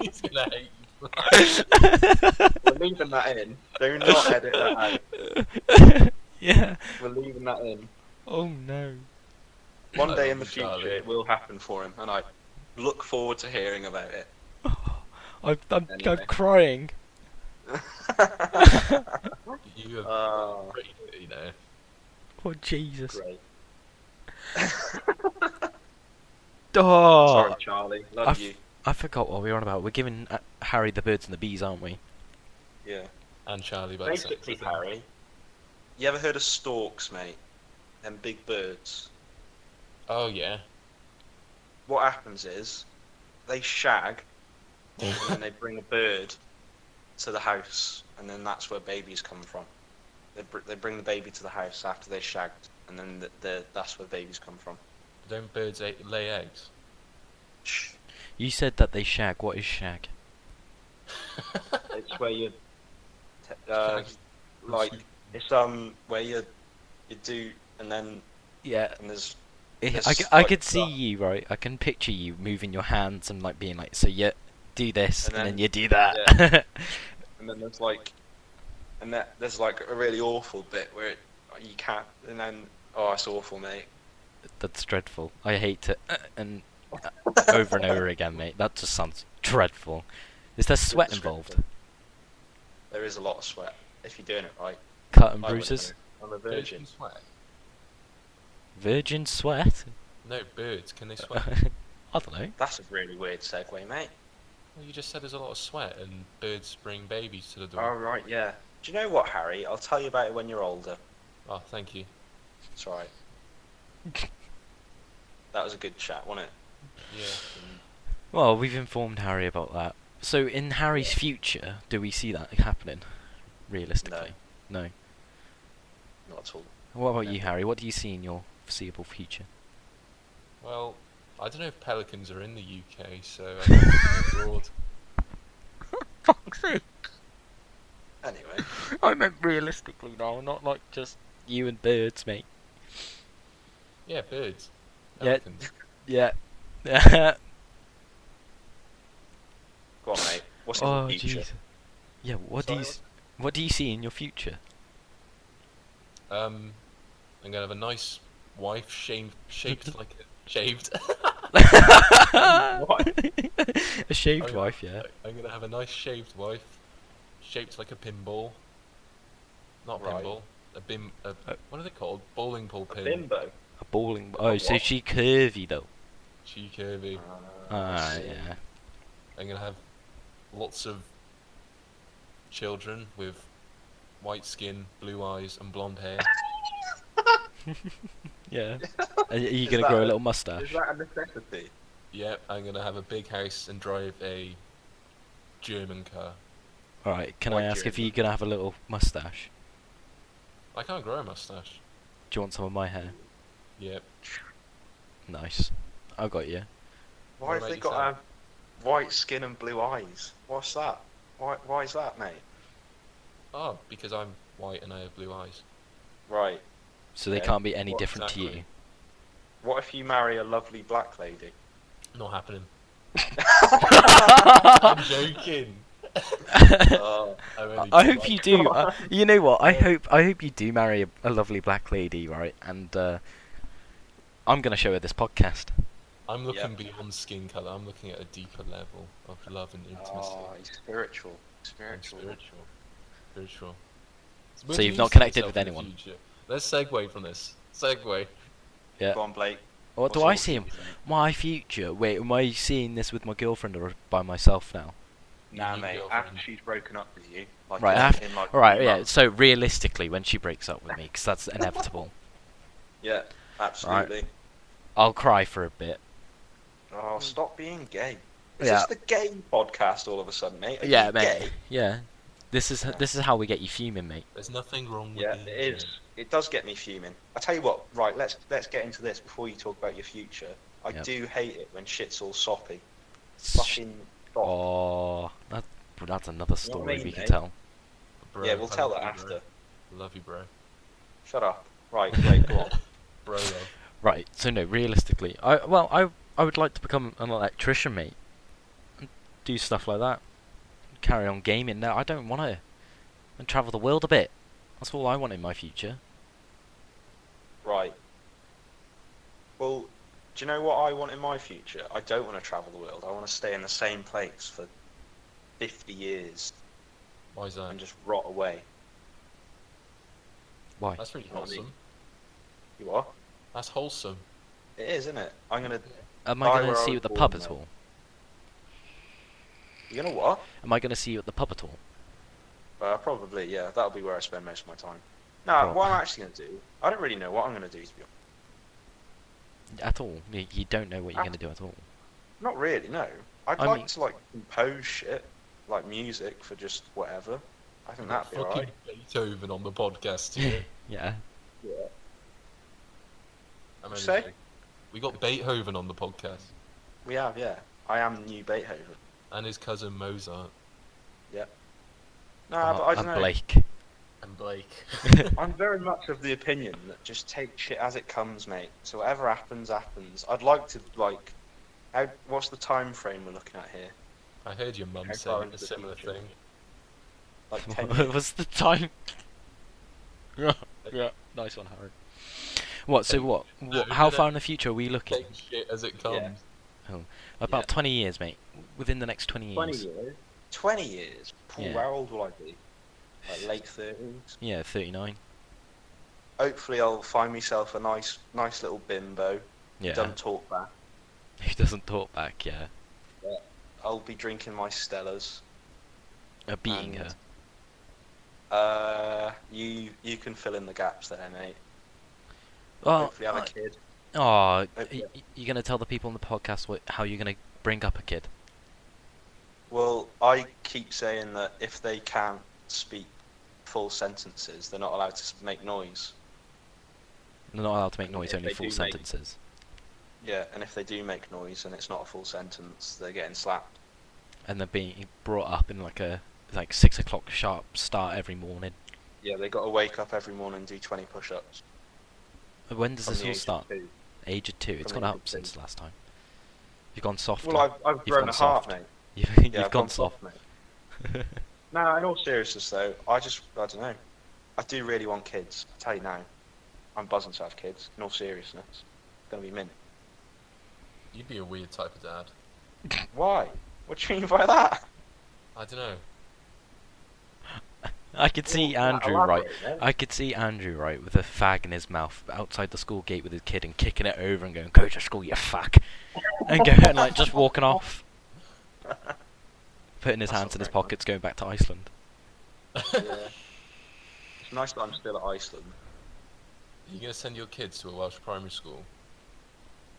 S1: He's gonna hate you.
S3: We're leaving that in. Do not edit that out.
S2: yeah.
S3: We're leaving that in.
S2: Oh no.
S3: One day
S1: Oh,
S3: in the future,
S1: Charlie.
S3: it will happen for him, and I look forward to hearing about it.
S2: I'm, I'm, I'm
S3: Anyway.
S2: crying.
S1: You are
S3: oh,
S1: pretty dirty now.
S2: Oh Jesus.
S3: great.
S2: Oh,
S3: Sorry, Charlie. Love
S2: I've-
S3: you.
S2: I forgot what we were on about. We're giving uh, Harry the birds and the bees, aren't we?
S3: Yeah.
S1: And Charlie about
S3: Basically,
S1: sex.
S3: Harry, you ever heard of storks, mate? Them big birds.
S1: Oh yeah.
S3: What happens is they shag and then they bring a bird to the house, and then that's where babies come from. They, br- they bring the baby to the house after they shagged, and then the, the, that's where babies come from.
S1: Don't birds a- lay eggs?
S3: Shh.
S2: You said that they shag. What is shag?
S3: It's where you, t- uh,
S1: Shag.
S3: like, it's um where you you do, and then
S2: Yeah.
S3: and there's
S2: I,
S3: It's
S2: I c-
S3: just
S2: I
S3: like
S2: could see
S3: that.
S2: you right. I can picture you moving your hands and like being like, so you do this and
S3: And
S2: then,
S3: then-
S2: you do that.
S3: and then there's like, and that there's like a really awful bit where it, you can't, and then oh, it's awful, mate.
S2: That's dreadful. I hate it. Uh, And uh, over and over again, mate. That just sounds dreadful. Is there sweat
S3: It's
S2: involved?
S3: dreadful. There is a lot of sweat if you're doing it right.
S2: Cut and
S3: I wouldn't
S2: bruises?
S3: know. I'm a
S1: Birds
S3: virgin.
S1: can sweat.
S2: Virgin sweat?
S1: No, birds can they sweat?
S2: I don't know.
S3: That's a really weird segue, mate.
S1: well, you just said there's a lot of sweat and birds bring babies to the
S3: All
S1: door.
S3: Oh, right, yeah. Do you know what, Harry? I'll tell you about it when you're older.
S1: Oh, thank you.
S3: It's all right. that was a good chat, wasn't it?
S1: Yeah.
S2: Well, we've informed Harry about that. So, in Harry's future, do we see that happening? Realistically? No.
S3: Not at all.
S2: What about
S3: No.
S2: you, Harry? What do you see in your foreseeable future?
S1: Well, I don't know if pelicans are in the UK, so I don't know if they're abroad.
S3: Anyway,
S2: I meant realistically now, not like just you and birds, mate.
S1: Yeah, birds.
S2: Yeah.
S1: Pelicans.
S2: Yeah.
S3: go on, mate. What's in
S2: oh,
S3: the future?
S2: jeez. Yeah, what do
S1: Sorry,
S2: you
S1: what's
S2: s- what do you see in your future?
S1: Um, I'm gonna have a nice wife, shaved, shaped like a shaved.
S2: A shaved
S3: Oh,
S1: I'm-
S2: wife, yeah.
S1: I'm gonna have a nice shaved wife, shaped like a pinball. Not
S3: Right.
S1: pinball. A bim. A, what are they called? Bowling ball
S3: A
S1: pin.
S3: bimbo.
S2: A bowling.
S3: A
S2: Oh, so
S3: what?
S2: she curvy though.
S1: She curvy.
S2: Ah,
S3: I see.
S2: yeah.
S1: I'm gonna have lots of children with white skin, blue eyes, and blonde hair.
S2: Yeah. Are you
S3: Is
S2: gonna
S3: that
S2: grow a
S3: a-
S2: little
S3: Is
S2: mustache?
S3: that a necessity?
S1: yep, I'm gonna have a big house and drive a German car.
S2: All right. Can I
S3: White
S2: ask if
S3: German.
S2: you're gonna have a little mustache?
S1: I can't grow a mustache.
S2: Do you want some of my hair?
S1: Yep.
S2: Nice. I've got you.
S1: What
S3: Why have
S1: about
S3: they got um,
S1: yourself?
S3: white skin and blue eyes? What's that? Why, why is that, mate?
S1: Oh, because I'm white and I have blue eyes.
S3: Right.
S2: So they
S3: Yeah,
S2: can't be any
S1: what
S2: different to
S1: exactly?
S2: you.
S3: What if you marry a lovely black lady?
S1: Not happening. I'm joking.
S3: oh,
S1: I'm only
S2: I hope you
S1: joking.
S2: do. Uh, you know what? I hope I hope you do marry a, a lovely black lady, right? And uh, I'm gonna show her this podcast.
S1: I'm looking
S3: Yeah.
S1: beyond skin color. I'm looking at a deeper level of love and intimacy.
S3: Oh, he's spiritual.
S1: and
S3: Spiritual.
S1: spiritual. Spiritual.
S2: So
S1: Where do
S2: you've
S1: you
S2: not
S1: see
S2: connected
S1: yourself
S2: with
S1: in the
S2: anyone?
S1: future? Let's segue from this. Segue.
S2: Yeah.
S3: Go on, Blake.
S2: What do
S3: What's
S2: I
S3: your-
S2: see? in My future. Wait, am I seeing this with my girlfriend or by myself now?
S3: Nah,
S1: You
S3: mate.
S1: girlfriend.
S3: After she's broken up with you, like
S2: Right,
S3: in-
S2: after-
S3: in like
S2: All right.
S3: three
S2: Yeah.
S3: months.
S2: So realistically, when she breaks up with me, because that's inevitable,
S3: yeah, absolutely.
S2: I'll cry for a bit.
S3: Oh, stop being gay. Is
S2: Yeah.
S3: this the gay podcast all of a sudden, mate? Are
S2: Yeah,
S3: you
S2: mate.
S3: gay?
S2: Yeah. This is this is how we get you fuming, mate.
S1: There's nothing wrong with
S3: Yeah,
S1: being
S3: it is.
S1: gay.
S3: It does get me fuming. I tell you what, right? Let's let's get into this before you talk about your future. I
S2: Yep.
S3: do hate it when shit's all soppy.
S2: Sh-
S3: Fucking. sop.
S2: Oh, that, that's another
S3: know what I
S2: story
S3: mean,
S2: we can
S3: mate?
S2: tell.
S1: Bro,
S3: yeah, we'll
S1: I
S3: tell
S1: love
S3: that
S1: you,
S3: after.
S1: bro. Love you, bro.
S3: Shut up. Right, Blake, go on.
S1: Bro, love.
S2: Right. So no, realistically, I well, I I would like to become an electrician, mate. And Do stuff like that. Carry on gaming. No, I don't want to. And travel the world a bit. That's all I want in my future.
S3: Right. Well, do you know what I want in my future? I don't want to travel the world. I want to stay in the same place for 50 years
S1: Why is that?
S3: and just rot away.
S2: Why?
S1: That's really
S3: Not me.
S1: wholesome.
S3: You are?
S1: That's wholesome.
S3: It is, isn't it? I'm gonna.
S2: Am
S3: I
S2: I going
S3: were
S2: to see you at the
S3: born,
S2: pub at
S3: mate.
S2: all?
S3: You gonna what?
S2: Am I going to see you at the pub at all?
S3: Uh, probably, yeah. That'll be where I spend most of my time. No,
S2: Right.
S3: what I'm actually gonna do, I don't really know what I'm gonna do. To be honest.
S2: At all? You, you don't know what you're
S3: Ah.
S2: going to do at all.
S3: Not really. No. I'd
S2: I
S3: like
S2: mean-
S3: to like compose shit, like music for just whatever. I think that'd be
S1: Fucking
S3: alright.
S1: Beethoven on the podcast here.
S2: Yeah.
S1: I'm only
S3: Say?
S1: joking. We got Beethoven on the podcast
S3: We have, yeah. I am new Beethoven.
S1: and his cousin Mozart
S3: No, but I don't
S2: Uh-huh. and
S3: know.
S2: Blake.
S1: and Blake.
S3: I'm very much of the opinion that just take shit as it comes, mate. So whatever happens, happens. I'd like to like, how, what's the time frame we're looking at here?
S1: I heard your mum
S3: How far
S1: saying
S3: into
S1: a
S3: the
S1: similar
S3: future?
S1: thing.
S3: Like ten
S2: What was the time? yeah, yeah, nice one, Harry. What? So
S1: Take-
S2: what?
S1: no,
S2: what how
S1: no,
S2: far in the future are we looking?
S1: Take shit as it comes.
S3: Yeah.
S2: About twenty years, mate. Within the next twenty years.
S3: years. Twenty years. Paul,
S2: Yeah.
S3: Where old will I be? Like late thirties.
S2: Yeah, thirty-nine.
S3: Hopefully, I'll find myself a nice, nice little bimbo.
S2: Yeah.
S3: Don't talk back.
S2: He doesn't talk back. Yeah.
S3: I'll be drinking my Stellas.
S2: Uh, beating
S3: And-
S2: her.
S3: Uh, you you can fill in the gaps there, mate.
S2: Oh,
S3: Hopefully, have a kid.
S2: oh
S3: Hopefully-
S2: you're gonna tell the people on the podcast what, how you're gonna bring up a kid.
S3: Well, I keep saying that if they can't speak full sentences, they're not allowed to s- make noise.
S2: They're not allowed to make noise,
S3: If
S2: only
S3: they
S2: full
S3: do make-
S2: sentences.
S3: Yeah, and if they do make noise and it's not a full sentence, they're getting slapped.
S2: And they're being brought up in like a like six o'clock sharp start every morning.
S3: Yeah, they got to wake up every morning and do 20 push-ups.
S2: When does
S3: from
S2: this
S3: the
S2: all start?
S3: age of two.
S2: Age of two. It's
S3: From
S2: gone
S3: the age of
S2: up
S3: two.
S2: since last time. You've gone softer.
S3: Well, I've, I've grown
S2: gone
S3: a heart,
S2: soft.
S3: mate.
S2: You've, you've
S3: Yeah, I've
S2: gone soft.
S3: mate. No, in all seriousness, though, I just, I don't know. I do really want kids. I tell you now, I'm buzzing to have kids. In all seriousness, it's gonna be mint.
S1: You'd be a weird type of dad.
S3: Why? What do you mean by that?
S1: I don't know.
S2: I could see
S3: Well,
S2: Andrew right.
S3: elaborate, mate.
S2: I could see Andrew right with a fag in his mouth outside the school gate with his kid and kicking it over and going, "Go to school, you fuck," and going and, like just walking off, putting his
S3: That's
S2: hands
S3: not
S2: in his
S3: very nice.
S2: pockets, going back to Iceland.
S3: Yeah. It's nice that I'm still at Iceland.
S1: Are you going to send your kids to a Welsh primary school?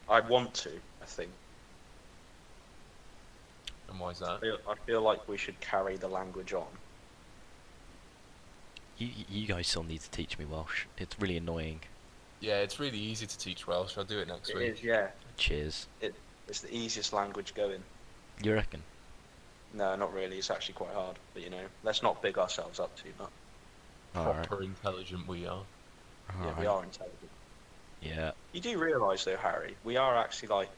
S3: I want to. I think.
S1: And why is
S3: I
S1: that?
S3: feel, I feel like we should carry the language on.
S2: You, you guys still need to teach me Welsh. It's really annoying.
S1: Yeah, it's really easy to teach Welsh. I'll do it next
S3: It
S1: week.
S3: is, yeah.
S2: Cheers.
S3: It's the easiest language going.
S2: You reckon?
S3: No, not really. It's actually quite hard. But you know, let's not big ourselves up too much.
S2: Alright.
S1: Proper intelligent we are.
S3: yeah, we
S2: alright.
S3: are intelligent.
S2: Yeah.
S3: You do realise though, Harry, we are actually like,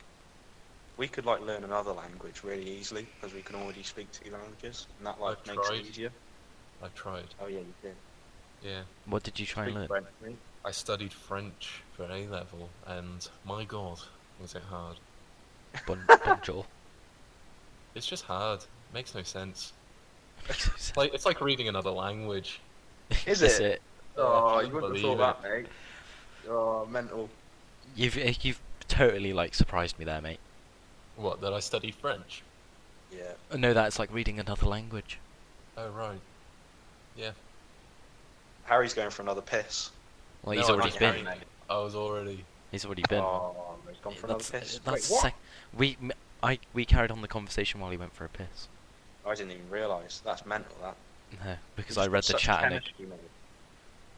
S3: we could like learn another language really easily because we can already speak two languages, and that like
S1: I've
S3: makes
S1: tried.
S3: it easier.
S1: I've tried.
S3: Oh yeah, you did.
S1: Yeah.
S2: What did you try and
S3: Speak
S2: learn?
S3: French, mate.
S1: I studied French for an A level, and my god, was it hard.
S2: Bon- bonjour.
S1: It's just hard. Makes no sense.
S2: Makes no sense.
S1: Like it's like reading another language.
S3: Is
S2: That's
S3: it? Oh, you wouldn't have thought that, mate. Oh, mental.
S2: You've eh, you've totally like surprised me there, mate.
S1: What? That I studied French?
S3: Yeah.
S2: Uh, No, that's like reading another language.
S1: Oh right. Yeah.
S3: Harry's going for another piss.
S2: Like
S1: No,
S2: he's
S1: I
S2: already
S1: like
S2: been.
S1: Harry, mate. I was already.
S2: He's already been.
S3: Oh, he's gone for another
S2: that's
S3: piss.
S2: eh, that's
S3: Wait, what?
S2: sec- we m- I we carried on the conversation while he went for a piss.
S3: I didn't even realise. That's mental. That.
S2: No, because
S3: He's
S2: I
S3: got
S2: read the
S3: such
S2: chat and it,
S3: Chemistry, mate.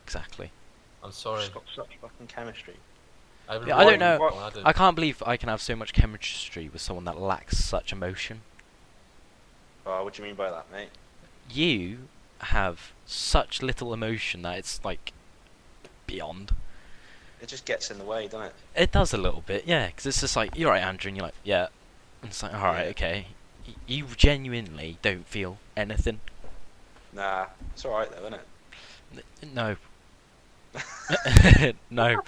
S2: exactly.
S1: I'm sorry.
S3: He's got such fucking chemistry.
S1: I, haven't
S2: Yeah, I don't
S1: read
S2: know.
S1: Michael Adam.
S2: I can't believe I can have so much chemistry with someone that lacks such emotion.
S3: Oh, what do you mean by that, mate?
S2: You have such little emotion that it's like beyond.
S3: It just gets in the way, doesn't it?
S2: It does a little bit, yeah, because it's just like, you're right, Andrew, and you're like, yeah. And it's like, alright,
S3: Yeah.
S2: okay. Y- you genuinely don't feel anything.
S3: Nah, it's all right though, isn't it?
S2: N- No. no.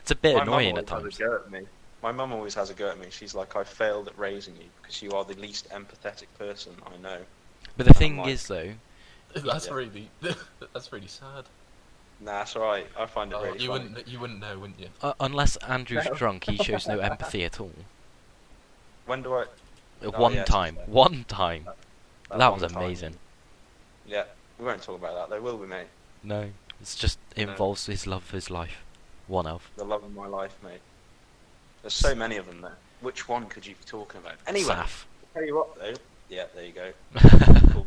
S2: It's a bit
S3: My mum
S2: annoying at
S3: always has a
S2: times.
S3: go at me. My mum always has a go at me. She's like, "I failed at raising you because you are the least empathetic person I know."
S2: But the thing
S3: like-
S2: is, though,
S1: that's
S3: Yeah.
S1: really. that's really sad.
S3: Nah, it's all right. I find it
S1: Oh,
S3: really
S1: you
S3: funny.
S1: wouldn't. You wouldn't know, wouldn't you?
S2: uh, unless Andrew's
S3: No.
S2: drunk, he shows no empathy at all.
S3: When do I?
S2: Uh,
S3: Oh,
S2: One
S3: yes,
S2: time.
S3: yes.
S2: One time. That, was
S3: one time-
S2: amazing.
S3: Yeah, we won't talk about that. though, will we, mate?
S2: No. It's just it
S3: No.
S2: involves his love for his life. One of.
S3: The love of my life, mate. There's so many of them though. Which one could you be talking about? Anyway,
S2: Saf.
S3: tell you what though. Yeah, there you go. Cool.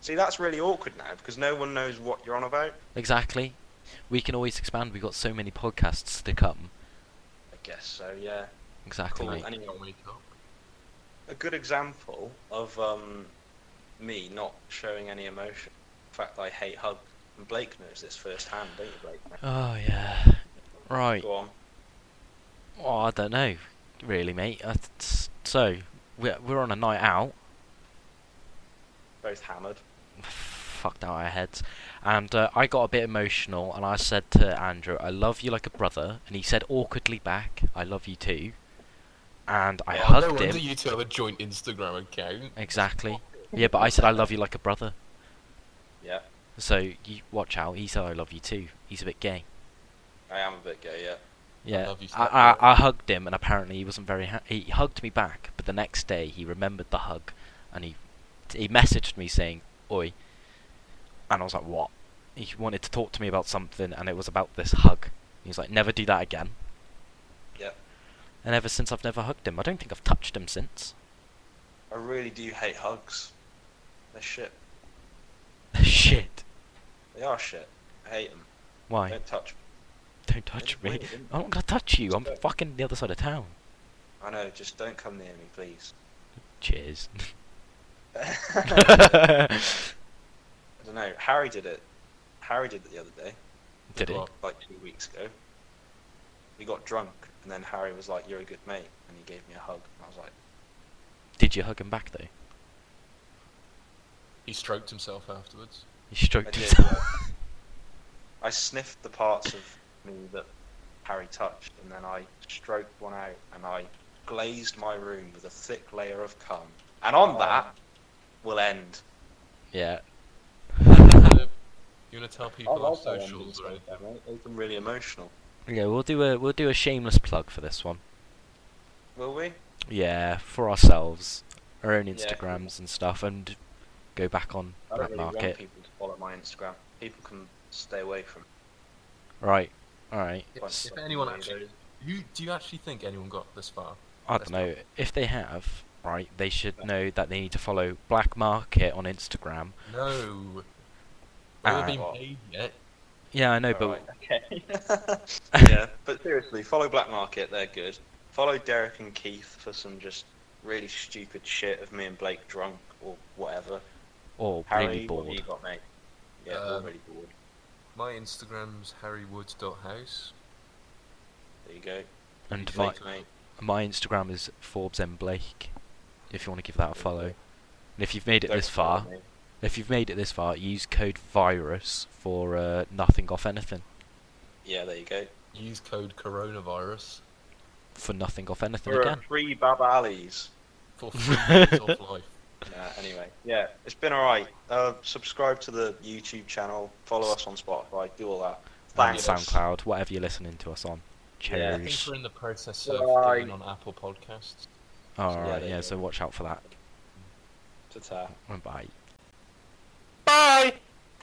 S3: See, that's really awkward now because no one knows what you're on about.
S2: exactly. We can always expand. We've got so many podcasts to come.
S3: I guess so. Yeah.
S2: Exactly,
S3: Cool.
S2: mate.
S3: Anyway,
S1: Don't wake up.
S3: a good example of um, me not showing any emotion. In fact, I hate hugs. And Blake knows this firsthand, don't you, Blake?
S2: Oh yeah. Right.
S3: Go on.
S2: Oh, I don't know, really, mate. Uh, it's- So we're we're on a night out.
S3: Both hammered.
S2: Fucked out our heads, and uh, I got a bit emotional, and I said to Andrew, "I love you like a brother," and he said awkwardly back, "I love you too," and I
S1: Oh, no
S2: hugged
S1: wonder
S2: him.
S1: you two have a joint Instagram account.
S2: Exactly. Yeah, but I said I love you like a brother.
S3: Yeah,
S2: So you watch out. He said I love you too. He's a bit gay.
S3: I am a bit gay, yeah.
S2: Yeah, I,
S1: love you, Snapchat.
S2: I, I hugged him, and apparently he wasn't very. Ha- he hugged me back, but the next day he remembered the hug, and he he messaged me saying "oi," and I was like, "What?" He wanted to talk to me about something, and it was about this hug. He was like, "Never do that again."
S3: Yeah.
S2: And ever since, I've never hugged him. I don't think I've touched him since.
S3: I really do hate hugs. They're shit.
S2: Shit.
S3: They are shit. I hate them.
S2: Why?
S3: Don't touch
S2: Don't touch
S3: Wait,
S2: me.
S3: didn't-
S2: I'm not gonna touch you. I'm
S3: Respect.
S2: fucking the other side of town.
S3: I know, just don't come near me, please.
S2: Cheers.
S3: I
S2: Did
S3: don't know. Harry did it. Harry did it the other day,
S2: he?
S1: Well,
S3: like two weeks ago. We got drunk, and then Harry was like, You're a good mate. And he gave me a hug. And I was like,
S2: Did you hug him back though?
S1: He stroked himself afterwards.
S2: He
S3: I
S2: stroked
S3: did.
S2: himself.
S3: yeah. I sniffed the parts of me that Harry touched, and then I stroked one out, and I glazed my room with a thick layer of cum. And on that, we'll end.
S2: Yeah.
S1: Uh, you wanna tell people our socials or anything?
S3: I'm really emotional.
S2: Yeah, we'll do a we'll do a shameless plug for this one.
S3: Will we?
S2: Yeah, for ourselves, our own
S3: Yeah.
S2: Instagrams and stuff, and go back on
S3: I
S2: Black
S3: don't really want
S2: Market.
S3: people to follow my Instagram. People can stay away from.
S2: Right. All right.
S1: If, if anyone actually, who do you actually think anyone got this far?
S2: I
S1: That's
S2: don't know if they have. Right, they should know that they need to follow Black Market on Instagram.
S1: No. We
S2: Ah.
S1: haven't been
S3: What?
S1: paid yet.
S2: Yeah, I know, but
S3: Alright, okay. yeah, but seriously, follow Black Market. They're good. Follow Derek and Keith for some just really stupid shit of me and Blake drunk or whatever.
S2: or
S3: Harry,
S2: really
S3: what have
S2: bored.
S3: you got, mate? Yeah, we're
S1: Um,
S3: really bored.
S1: My Instagram's harrywood.house.
S3: There you go.
S2: And
S1: Blake
S2: my,
S3: Thanks, mate.
S2: my Instagram is Forbes M Blake. If you want to give that a follow, and if you've made it
S3: Don't
S2: this
S3: follow
S2: far,
S3: me.
S2: if you've made it this far, use code virus for uh, nothing off anything.
S3: Yeah, there you go.
S1: Use code coronavirus
S2: For nothing off anything
S3: There are
S2: again.
S3: three Bab Alleys.
S1: for free days off life.
S3: Nah, anyway, yeah, it's been alright. Uh, subscribe to the YouTube channel, follow us on Spotify, do all that.
S2: And
S3: Thanks.
S2: SoundCloud, whatever you're listening to us on.
S3: Yeah.
S1: I think
S2: Cheers.
S1: we're in the process of
S3: Bye.
S1: getting on Apple Podcasts.
S2: Alright,
S3: there
S2: yeah,
S3: you
S2: so
S3: go.
S2: watch out for that.
S3: Ta-ta.
S2: Bye.
S3: Bye!